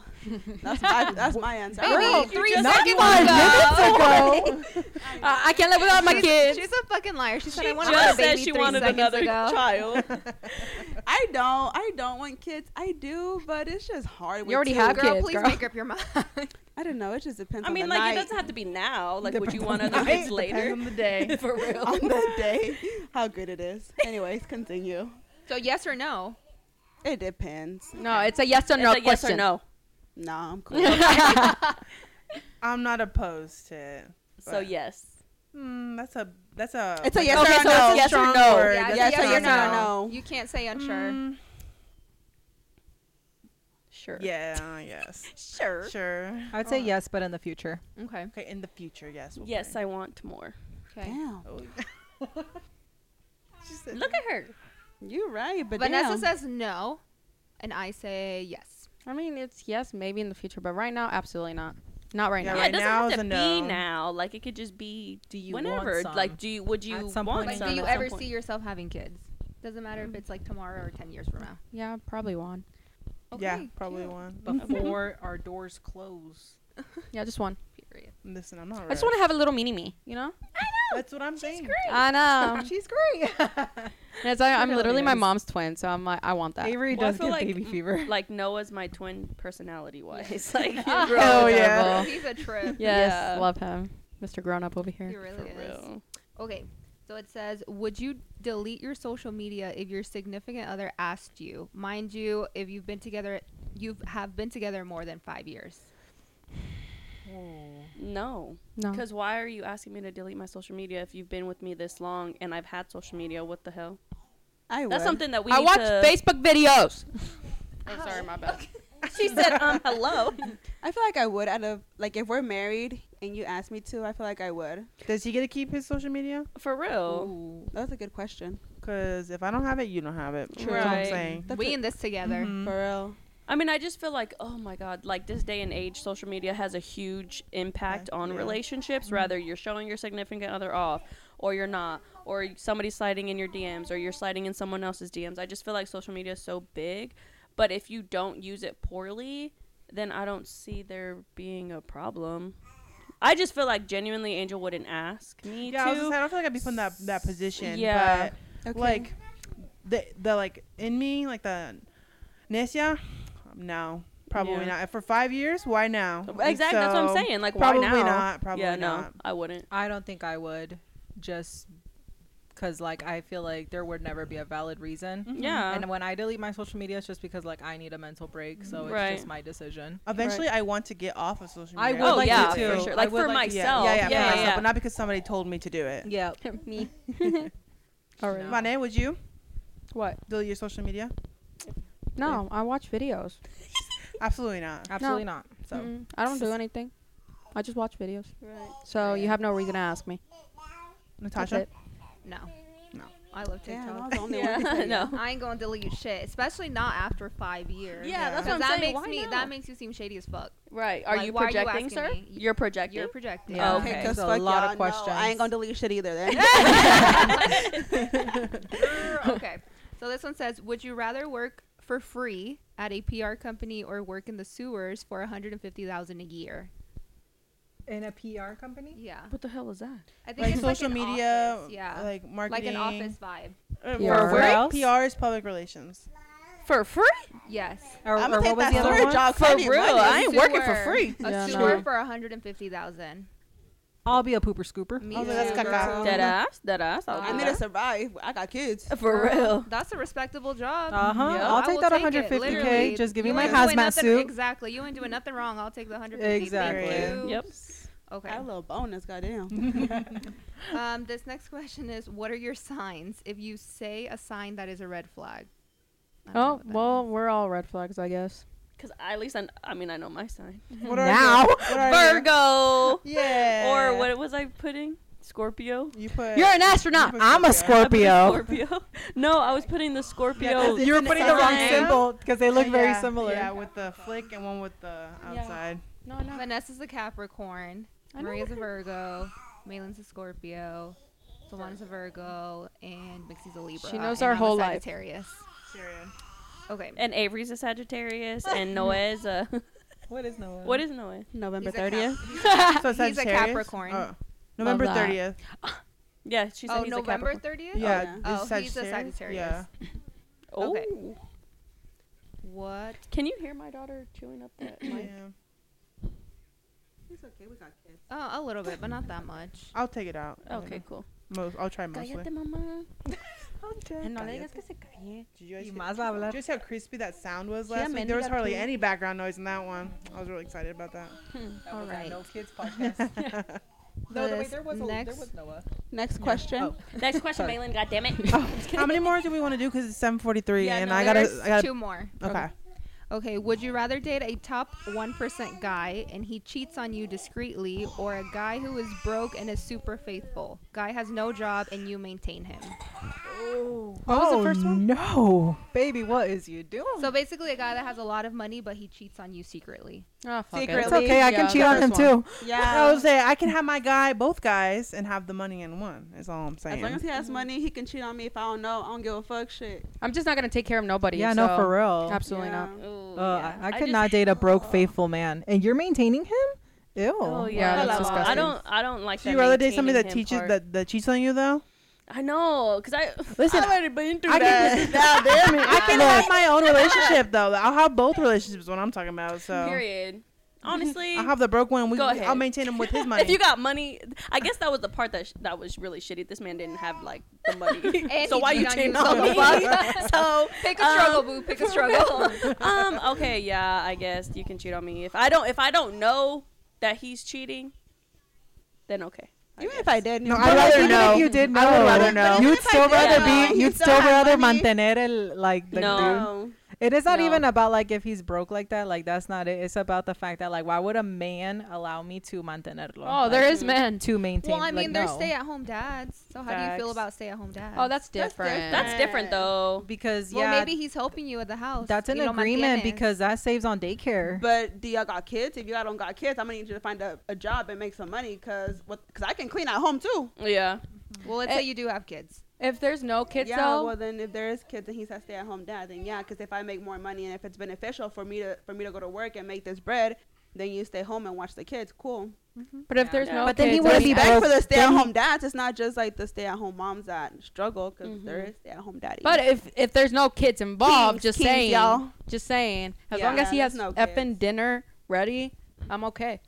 S2: That's my, that's my answer.
S1: Baby,
S2: Girl,
S1: three
S4: Not
S1: seconds
S4: five
S1: ago.
S4: minutes ago.
S6: Uh, I I can't live without my
S1: She's,
S6: kids.
S1: she's a fucking liar. She said I
S3: She
S1: wanted
S3: just
S1: a baby
S3: said she
S1: three
S3: wanted
S1: seconds
S3: another
S1: ago.
S2: child. I don't. I don't want kids. I do, but it's just hard. with
S6: already
S2: two.
S6: have
S1: girl,
S6: kids,
S1: please
S6: girl.
S1: make up your mind.
S2: I don't know. It just depends.
S3: I mean,
S2: on the
S3: like
S2: night.
S3: it doesn't have to be now. Like, would you want other kids later?
S5: the day.
S3: For real.
S2: on the day how good it is. Anyways, continue.
S1: so yes or no?
S2: It depends.
S6: No, it's a yes or
S3: It's
S6: no
S3: a
S6: question.
S3: yes or no.
S2: No, I'm cool.
S5: I'm not opposed to it.
S3: So yes.
S5: Mm, that's a that's a.
S2: It's a yes
S6: Okay,
S2: or
S6: so
S2: no.
S6: it's a yes or
S5: strong
S6: no.
S5: word.
S1: Yeah,
S5: That's
S2: yes
S5: a
S2: or yes
S5: strong
S2: or no.
S1: You can't say unsure.
S5: Mm,
S6: Sure.
S5: yeah. Yes.
S3: Sure.
S5: Sure.
S4: I'd say yes, but in the future.
S1: Okay.
S5: Okay. In the future, yes. we'll
S3: Yes,
S5: bring-
S3: I want more.
S1: Okay.
S2: Damn,
S5: Oh,
S3: Look at her.
S2: you're right. But
S1: Vanessa
S2: damn.
S1: says no, and I say yes.
S6: I mean, it's yes, maybe in the future, but right now, absolutely not. Not right
S5: Yeah,
S6: now.
S3: Yeah,
S5: right
S3: it doesn't
S5: now
S3: have
S5: is
S3: to
S5: a
S3: be
S5: no.
S3: now. Like it could just be
S4: Do you want
S3: whenever.
S4: some?
S3: Like, do you? Would you
S4: At some point
S3: want
S1: Like,
S4: in
S3: some?
S1: do you
S3: at some
S1: ever
S3: point?
S1: see yourself having kids? Doesn't matter if it's like tomorrow or ten years from now.
S6: Yeah, probably one.
S5: yeah,
S1: Okay,
S5: probably
S1: cute.
S5: one.
S4: Before our doors close.
S6: Yeah, just one.
S1: Period.
S5: Listen, I'm not.
S6: I just want to have a little mini me, you know?
S5: That's what I'm saying.
S6: I know.
S5: She's great.
S6: And it's, I, I'm
S4: Really
S6: literally my
S4: is.
S6: mom's twin, so I'm like, I want that.
S4: Avery
S3: Well, I
S4: does
S3: feel
S4: get
S3: like-
S4: baby fever.
S3: Like Noah's my twin, personality wise. Like
S6: Oh,
S5: Oh, yeah.
S6: adorable.
S1: He's a trip.
S6: Yes,
S3: Yeah.
S6: love him. Mr. Grown Up over
S1: He
S6: here.
S3: for
S1: really is.
S3: real.
S1: Okay. So it says, would you delete your social media if your significant other asked you? Mind you, if you've been together, you have been together more than five years.
S3: No,
S6: No.
S3: because why are you asking me to delete my social media if you've been with me this long and I've had social media? What the hell?
S2: I would.
S3: That's something that we.
S6: I
S3: need
S6: watch
S3: to- Oh,
S6: Facebook videos. I'm sorry, my bad.
S3: She said, "Um, hello."
S2: I feel like I would. Out of like, if we're married and you asked me to, I feel like I would.
S5: Does he get to keep his social media?
S3: For real.
S1: Ooh.
S2: That's a good question.
S5: Because if I don't have it, you don't have it. That's what I'm
S3: Right.
S5: saying.
S2: That's
S1: we
S2: a-
S1: in this together.
S5: Mhm.
S4: Mm-hmm.
S2: for real.
S3: I mean, I just feel like, oh my god, like this day and age, social media has a huge impact
S5: Yeah.
S3: on
S5: Yeah. Mm-hmm.
S3: relationships. Rather, you're showing your significant other off, or you're not, or somebody's sliding in your DMs, or you're sliding in someone else's DMs. I just feel like social media is so big, but if you don't use it poorly, then I don't see there being a problem. I just feel like genuinely, Angel wouldn't ask me
S5: Yeah, I,
S3: to.
S5: was just, I don't feel like I'd be put in that that position.
S3: Yeah.
S5: but
S2: Okay.
S5: like the the like in me, like the Nesya, no, probably
S3: Yeah.
S5: not. For five years, why now?
S3: exactly. that's what I'm
S5: So,
S3: saying. Like,
S5: probably
S3: why now?
S5: not. Probably
S3: yeah,
S5: not.
S3: no, I wouldn't.
S4: I don't think I would just because, like, I feel like there would never be a valid reason.
S3: Yeah.
S4: And when I delete my social media, it's just because, like, I need a mental break. So it's
S3: Right.
S4: just my decision.
S5: Eventually, I want to get off of social media.
S4: I would
S3: oh
S4: like to
S3: yeah,
S4: too.
S3: for sure.
S4: I
S3: Like
S4: would
S3: for
S4: like to- yeah,
S3: myself.
S5: Yeah, yeah, for
S3: yeah,
S5: myself, but not because somebody told me to do it.
S4: Yeah.
S6: me.
S4: All
S5: My name, would you
S6: What?
S5: delete your social media?
S6: No, I watch videos.
S5: Absolutely not.
S4: Absolutely not.
S5: So
S6: Mm-mm. I don't do anything. I just watch videos.
S2: Right.
S6: So you have no reason to ask me. That's
S5: Natasha,
S6: it.
S1: No.
S5: No.
S1: I love
S2: Mm-hmm. Damn, I
S1: TikTok.
S2: was the only one.
S3: yeah, no.
S1: I ain't gonna delete shit, especially not after five years.
S3: Yeah, that's
S1: 'Cause
S3: what I'm
S1: that
S3: saying.
S1: makes
S3: Why
S1: me
S3: not?
S1: that makes you seem shady as fuck.
S3: Right. Are
S1: Like,
S3: you
S1: why are you
S3: projecting,
S1: asking
S3: sir?
S1: me?
S3: You're projecting.
S1: You're projecting.
S4: Yeah.
S3: Okay.
S2: Okay,
S4: There's
S2: because
S4: a
S2: a
S4: lot
S2: lot
S4: of
S2: of questions. I ain't gonna delete shit either. Then
S1: okay. So this one says, "Would you rather work for free at a PR company or work in the sewers for 150,000 a year?"
S4: In a PR company?
S1: Yeah.
S3: What the hell is that?
S1: I think
S5: like
S1: it's
S5: social
S1: like an
S5: media,
S1: office, yeah.
S5: like
S4: uh,
S5: marketing,
S1: an office vibe.
S5: Uh, for
S6: PR.
S4: Where
S5: work,
S4: else?
S5: PR is public relations.
S3: For free?
S1: Yes.
S4: Or,
S2: I'm
S4: or
S2: gonna
S4: what
S2: take
S4: was
S2: that
S4: the other
S2: sewer
S4: one?
S2: job. 'cause I
S3: For
S2: need
S3: real?
S2: money.
S3: I ain't working for
S1: Sewer.
S3: free.
S1: A
S6: Yeah,
S1: sewer
S6: no.
S1: for 150,000.
S4: I'll be a pooper scooper.
S1: Me
S5: Oh,
S1: too.
S5: that's
S1: girl.
S5: caca.
S3: Dead ass. Dead ass. I'll do
S2: I need to
S3: that.
S2: survive. I got kids.
S3: For real.
S1: Um, That's a respectable job.
S4: Uh huh.
S3: Yeah.
S4: I'll
S1: I
S4: take
S1: will
S4: that
S1: it,
S4: 150k.
S1: literally.
S4: Just give me
S1: You
S4: my
S1: ain't doing
S4: hazmat
S1: nothing-
S4: suit.
S1: Exactly. You ain't doing nothing wrong. I'll take the 150. Thank
S4: Exactly.
S1: you.
S3: Yep.
S1: Okay.
S2: I had a little bonus, goddamn.
S1: Um, this next question is What are your signs if you say a sign that is a red flag? I don't know
S6: Oh,
S1: what that
S6: well, we're all red flags, I guess.
S3: Because at least I, I mean, I know my sign.
S1: Mm-hmm.
S5: What are
S4: Now.
S5: your- what are your-
S3: Virgo.
S5: Yeah.
S3: Or what was I putting? Scorpio.
S5: You put.
S4: You're an astronaut.
S5: You put
S4: I'm a
S3: I put a
S4: Scorpio.
S3: Scorpio. no, I was putting the Scorpio.
S5: Yeah,
S4: You were putting the wrong
S3: Sign.
S4: symbol because they look very
S5: Uh, Yeah,
S4: similar.
S5: Yeah, with the flick and one with the outside.
S1: No, no. Vanessa's a Capricorn. Maria's a Virgo. Malin's a Scorpio. Solana's a Virgo, and Mixie's a Libra.
S6: She knows
S1: and
S6: our
S1: I'm a
S6: whole life.
S1: Sagittarius.
S5: Period.
S1: Okay.
S3: and Avery's a Sagittarius, and Noah is a.
S4: What is Noah?
S3: what is Noah?
S1: He's
S2: November
S1: a Cap-
S2: thirtieth.
S5: So
S1: He's a
S5: Sagittarius?
S1: Capricorn.
S5: Oh. November
S6: that.
S5: 30th.
S3: Yeah, she said
S1: Oh,
S3: he's
S1: November
S3: a Capricorn.
S1: 30th?
S5: Yeah.
S1: Oh,
S5: is
S1: he's a Sagittarius.
S5: Yeah.
S3: Oh.
S1: Okay. What?
S3: Can you hear my daughter chewing up that mic?
S5: yeah.
S2: It's okay, we got kids.
S1: Oh, a little bit, but not that much.
S5: I'll take it out.
S3: Okay, cool.
S5: Most, I'll try mostly.
S3: Cállate, mamá.
S5: Did you guys
S4: Y
S5: hear-
S4: más va a hablar.
S5: Just how crispy that sound was last week. There was hardly any background noise in that one. I was really excited about that.
S1: All right.
S4: kids podcast.
S1: No, the- wait, there was a- there Next. was
S4: Noah.
S2: Next question.
S3: Next question,
S4: Sorry.
S3: Malin. God damn it.
S5: Oh, How many more do we want to do? Because it's 7:43,
S3: Yeah,
S5: and
S3: no,
S5: I gotta.
S1: There's
S5: I gotta.
S1: two more.
S5: Okay.
S1: Okay, would you rather date a top 1% guy and he cheats on you discreetly or a guy who is broke and is super faithful? Guy has no job and you maintain him.
S4: What was
S5: Oh,
S4: the first one? No, baby, what is you doing?
S1: So basically a guy that has a lot of money but he cheats on you secretly.
S6: Oh, fuck
S4: Secretly.
S6: it.
S4: It's okay, I
S6: Yeah,
S4: can
S6: the
S4: cheat on him
S6: first one.
S4: too. Um,
S5: I
S2: Yeah.
S5: was say I can have my guy, both guys, and have the money in one. Is all I'm saying.
S2: As long as he has money, he can cheat on me. If I don't know, I don't give a fuck. Shit.
S6: I'm just not gonna take care of nobody.
S4: Yeah, no,
S6: so-
S4: for real.
S6: Absolutely
S2: Yeah.
S6: not.
S3: Ooh,
S4: Uh,
S3: Oh, yeah.
S4: I, I could
S3: just-
S4: not date a broke, faithful man, and you're maintaining him. Ew.
S3: Oh yeah,
S6: that's
S3: that's
S6: disgusting.
S3: I don't. I don't like.
S5: so
S3: that
S5: you rather date somebody
S3: maintaining
S5: that
S3: him
S5: teaches
S3: part.
S5: that that cheats on you though?
S3: I know, cause I.
S5: Listen,
S3: I've already been through
S5: I
S3: that.
S5: can, now, damn it. I can have my own relationship though. I'll have both relationships. is What I'm talking about. So
S3: Period. Honestly,
S5: I'll have the broke one. We,
S3: Go
S5: I'll
S3: ahead.
S5: maintain him with his money.
S3: if you got money, I guess that was the part that sh- that was really shitty. This man didn't have like the money,
S1: And
S3: so
S1: he
S3: why you
S1: cheated
S3: changed
S1: on
S3: on
S1: you,
S3: me? so
S1: Pick a struggle,
S3: um,
S1: boo. Pick a struggle.
S3: um, okay, yeah, I guess you can cheat on me if I don't if I don't know that he's cheating, then okay.
S2: Even if I did,
S5: No,
S2: you
S5: I'd
S4: But
S2: know,
S4: like,
S5: rather
S4: even
S5: know.
S4: if you did know,
S5: I would rather know.
S4: you'd still
S2: did
S4: rather
S2: know,
S4: be,
S2: he
S4: you'd
S2: still
S4: still
S2: had
S4: rather
S2: money.
S4: mantener el like the dude.
S3: no,
S4: It is not
S3: No.
S4: even about like if he's broke like that. Like that's not it. It's about the fact that like why would a man allow me to mantenerlo?
S6: Oh,
S4: like,
S6: there is men.
S4: to maintain.
S1: well, I mean,
S4: like,
S1: they're
S4: no.
S1: stay-at-home dads. So how do you feel
S4: Facts.
S1: about stay-at-home dads?
S6: Oh, that's different.
S3: that's
S1: Eh.
S3: different though.
S4: because
S1: Well,
S4: yeah,
S1: maybe he's helping you at the house.
S4: that's an
S1: You know,
S4: agreement
S1: mantiene.
S4: because that saves on daycare.
S2: But do y'all got kids? If y'all don't got kids, I'm gonna need you to find a, a job and make some money, cause what? Cause I can clean at home too.
S3: Yeah,
S1: Well, let's say you do have kids.
S6: If there's no kids
S2: yeah.
S6: though,
S2: Well, then if there is kids and he's a stay-at-home dad, then yeah, cause if I make more money and if it's beneficial for me to for me to go to work and make this bread, then you stay home and watch the kids. Cool.
S6: but if there's
S3: Yeah.
S6: no
S4: But then
S6: kids,
S4: he
S6: I
S4: wouldn't
S6: mean,
S4: be
S6: I-
S4: broke.
S2: Respect for the
S4: then
S2: stay-at-home dads. It's not just like the stay-at-home moms that struggle, because is stay-at-home daddies.
S6: But if if there's no kids involved,
S2: Kings,
S6: just
S2: kings,
S6: saying,
S2: y'all.
S6: just saying, as
S2: Yeah,
S6: long as he
S2: there's
S6: has
S2: no
S6: effing
S2: kids.
S6: dinner ready, I'm okay.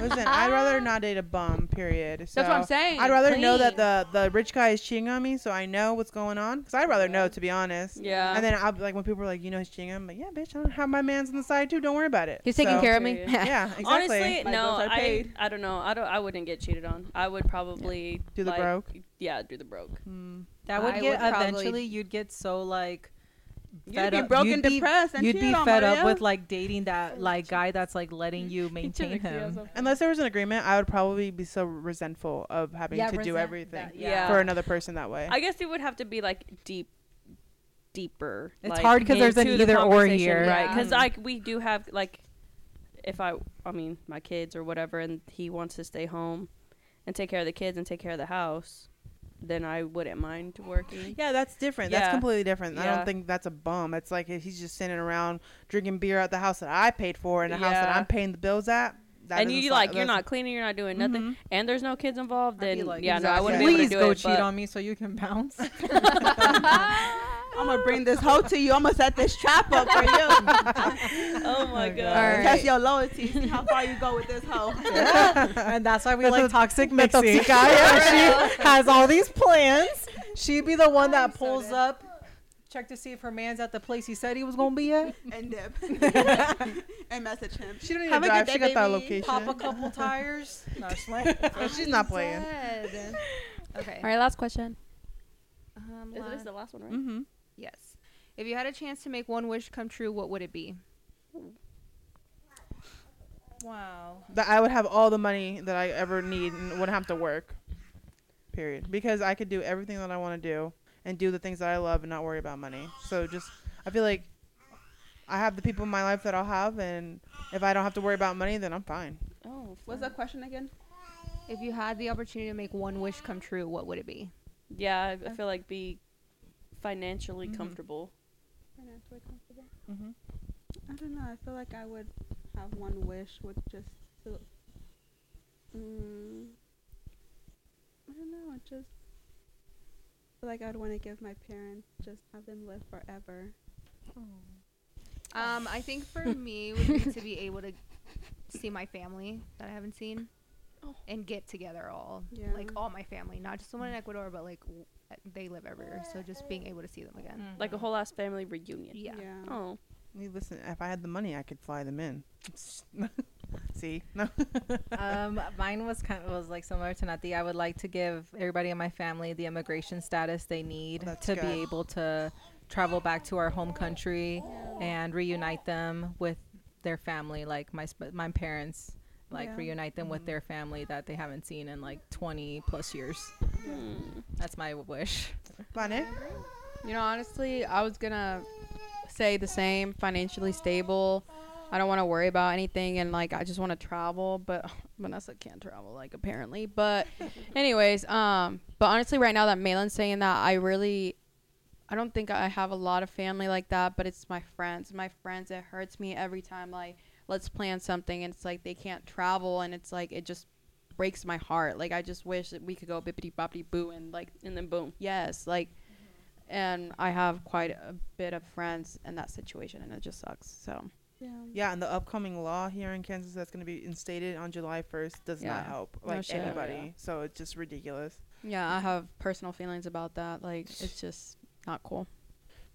S5: Listen, I'd rather not date a bum. Period. So
S6: what I'm saying,
S5: I'd rather know
S6: clean.
S5: that the the rich guy is cheating on me, so I know what's going on. Because I'd rather know, to be honest.
S3: Yeah.
S5: And then I'll be like, when people are like, you know, he's cheating, I'm like, yeah, bitch, I don't have my man's on the side too. Don't worry about it.
S6: He's taking
S5: So-
S6: care of me.
S3: Period.
S5: Yeah, exactly.
S3: Honestly,
S2: My
S3: no,
S2: bills are
S3: I
S2: paid.
S3: I don't know. I don't. I wouldn't get cheated on. I would probably
S5: Do the
S3: like,
S5: broke?
S3: Yeah, do the broke.
S4: That would
S1: I
S4: get
S1: would probably-
S4: eventually. You'd get so like.
S2: You'd
S4: fed
S2: be
S4: up-
S2: broke and depressed and
S4: you'd be
S2: cheated on,
S4: fed up
S2: Maria.
S4: with like dating that like guy that's like letting you maintain him.
S5: Unless there was an agreement, I would probably be so resentful of having to do everything
S3: yeah.
S5: for another person that way.
S3: I guess it would have to be like deep, deeper.
S4: It's
S3: like,
S4: hard 'cause there's an
S3: into the
S4: either or
S3: conversation,
S4: here.
S3: right? Because
S5: Yeah.
S3: like we do have like, if I, I mean, my kids or whatever, and he wants to stay home, and take care of the kids and take care of the house, then I wouldn't mind working.
S5: yeah, that's different. That's
S3: Yeah.
S5: completely different. I
S3: Yeah.
S5: don't think that's a bum. It's like if he's just sitting around drinking beer at the house that I paid for and the house that
S3: Yeah.
S5: I'm paying the bills at. That
S3: and
S5: doesn't
S3: you
S5: sound-
S3: like you're
S5: that's-
S3: not cleaning, you're not doing nothing,
S5: Mhm.
S3: and there's no kids involved.
S4: Mm-hmm. I'd be
S3: Then
S4: like,
S3: yeah, no, I
S5: exactly.
S3: wouldn't be able
S4: Please
S3: to do
S4: go
S3: it.
S4: cheat
S3: but-
S4: on me so you can bounce.
S2: I'm gonna bring this hoe to you. I'm gonna set this trap up for you.
S3: Oh my god.
S6: Alright.
S2: Test your loyalty. See how far you go with this hoe.
S4: and that's why we like toxic mixing. she has all these plans. She'd be the one that pulls up, check to see if her man's at the place he said he was gonna be at.
S2: and dip and message him.
S5: She don't need
S2: Have
S5: to
S2: a
S5: drive.
S2: good
S5: She got
S2: day,
S5: that
S2: baby.
S5: location.
S4: Pop a couple tires. No, just like-
S5: She's not playing.
S1: Dead. Okay.
S6: All right, last question.
S1: Um,
S3: Is this
S1: last-
S3: the last one, right?
S5: Mm-hmm.
S1: yes. If you had a chance to make one wish come true, what would it be?
S4: Wow.
S5: that I would have all the money that I ever need and wouldn't have to work. Period. Because I could do everything that I want to do and do the things that I love and not worry about money. So just I feel like I have the people in my life that I'll have and if I don't have to worry about money then I'm fine.
S3: Oh,
S2: What's the question again?
S1: If you had the opportunity to make one wish come true, what would it be?
S3: yeah. I, I feel like be financially comfortable.
S4: Mm-hmm.
S5: Mhm.
S2: I don't know. I feel like I would have one wish with just to. Mm, I don't know. I just feel like I would want to give my parents just have them live forever.
S1: Um, I think for me would be to be able to see my family that I haven't seen, and get together all
S2: Yeah.
S1: like all my family, not just the one in Ecuador, but like w- they live everywhere. So just being able to see them
S2: Mm.
S1: again.
S3: Like
S4: Mm-hmm.
S3: a whole ass family reunion.
S1: Yeah.
S3: Oh,
S5: You Listen, if I had the money I could fly them in. See? No.
S4: um, mine was kind of was like similar to Nati. I would like to give everybody in my family the immigration status they need
S5: That's
S4: to
S5: good.
S4: be able to travel back to our home country and reunite them with their family, like my sp- my parents, like
S2: Yeah.
S4: reunite them
S5: Mm-hmm.
S4: with their family that they haven't seen in like 20 plus years. That's my wish.
S5: Planet?
S6: You know, honestly, I was gonna say the same. Financially stable. I don't want to worry about anything, and like I just want to travel. But Vanessa can't travel, like apparently. But, anyways, um, but honestly, right now that Malin's saying that, I really, I don't think I have a lot of family like that. But it's my friends. My friends. It hurts me every time. Like, let's plan something, and it's like they can't travel, and it's like it just breaks my heart. Like I just wish that we could go bippity boppity boo and like
S3: and then boom.
S6: yes like and i have quite a bit of friends in that situation and it just sucks so
S2: Yeah.
S5: Yeah, and the upcoming law here in Kansas that's going to be instated on July 1st does
S6: Yeah.
S5: not help
S6: No
S5: like
S6: shit.
S5: anybody.
S3: Yeah.
S5: So it's just ridiculous.
S6: yeah i have personal feelings about that like it's just not cool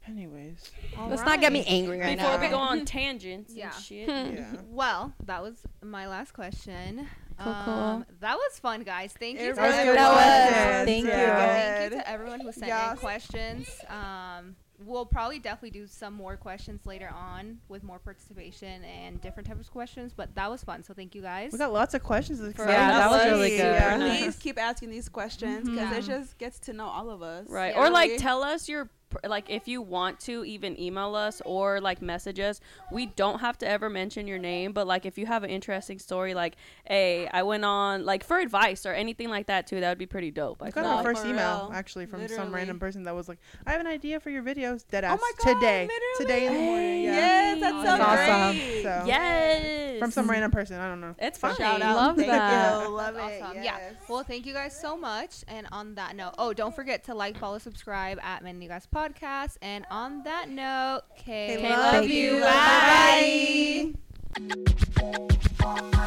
S5: Anyways,
S6: let's not get me angry right
S3: Before
S6: now
S3: we go on tangents
S1: Yeah.
S3: and shit.
S5: yeah.
S1: Well, that was my last question.
S6: Cool,
S1: Um, that was fun, guys. Thank you.
S5: It
S1: for
S5: was
S1: everyone-
S5: good
S1: Yes.
S5: questions. Thank you,
S1: Thank you
S5: guys.
S1: to everyone who sent in
S5: Yes.
S1: questions. Um, we'll probably definitely do some more questions later on with more participation and different types of questions. But that was fun. So thank you guys.
S5: we got lots of questions. Yeah,
S4: that was really good.
S5: Yeah.
S4: Nice.
S2: Please keep asking these questions because it just gets to know all of us.
S3: Right.
S1: Yeah.
S3: Or
S2: Really.
S3: like tell us your pr- like if you want to even email us or like message us. We don't have to ever mention your name, but like if you have an interesting story like hey, I went on like for advice or anything like that too, that would be pretty dope. I
S5: I got
S3: feel
S5: our
S2: No,
S3: like.
S5: first
S2: for
S5: email
S2: real.
S5: actually from some
S2: Literally. Oh
S5: random person that was like, "I have an idea for your videos." Dead ass
S2: my God,
S5: today,
S2: literally?
S5: today in the morning. Yeah.
S2: Yes, that's so
S4: That's
S2: great.
S5: So
S3: Yes.
S5: from some random person, I don't know.
S3: It's fine.
S2: Shout out.
S6: Love
S2: Thank
S6: that.
S2: You. Love
S1: That's
S2: it.
S1: awesome.
S2: Yes.
S1: Yeah. Well, thank you guys so much. And on that note, oh, don't forget to like, follow, subscribe at Men Guys Podcast. And on that note, Kay,
S5: love you.
S1: Bye.
S5: Bye.
S7: Bye.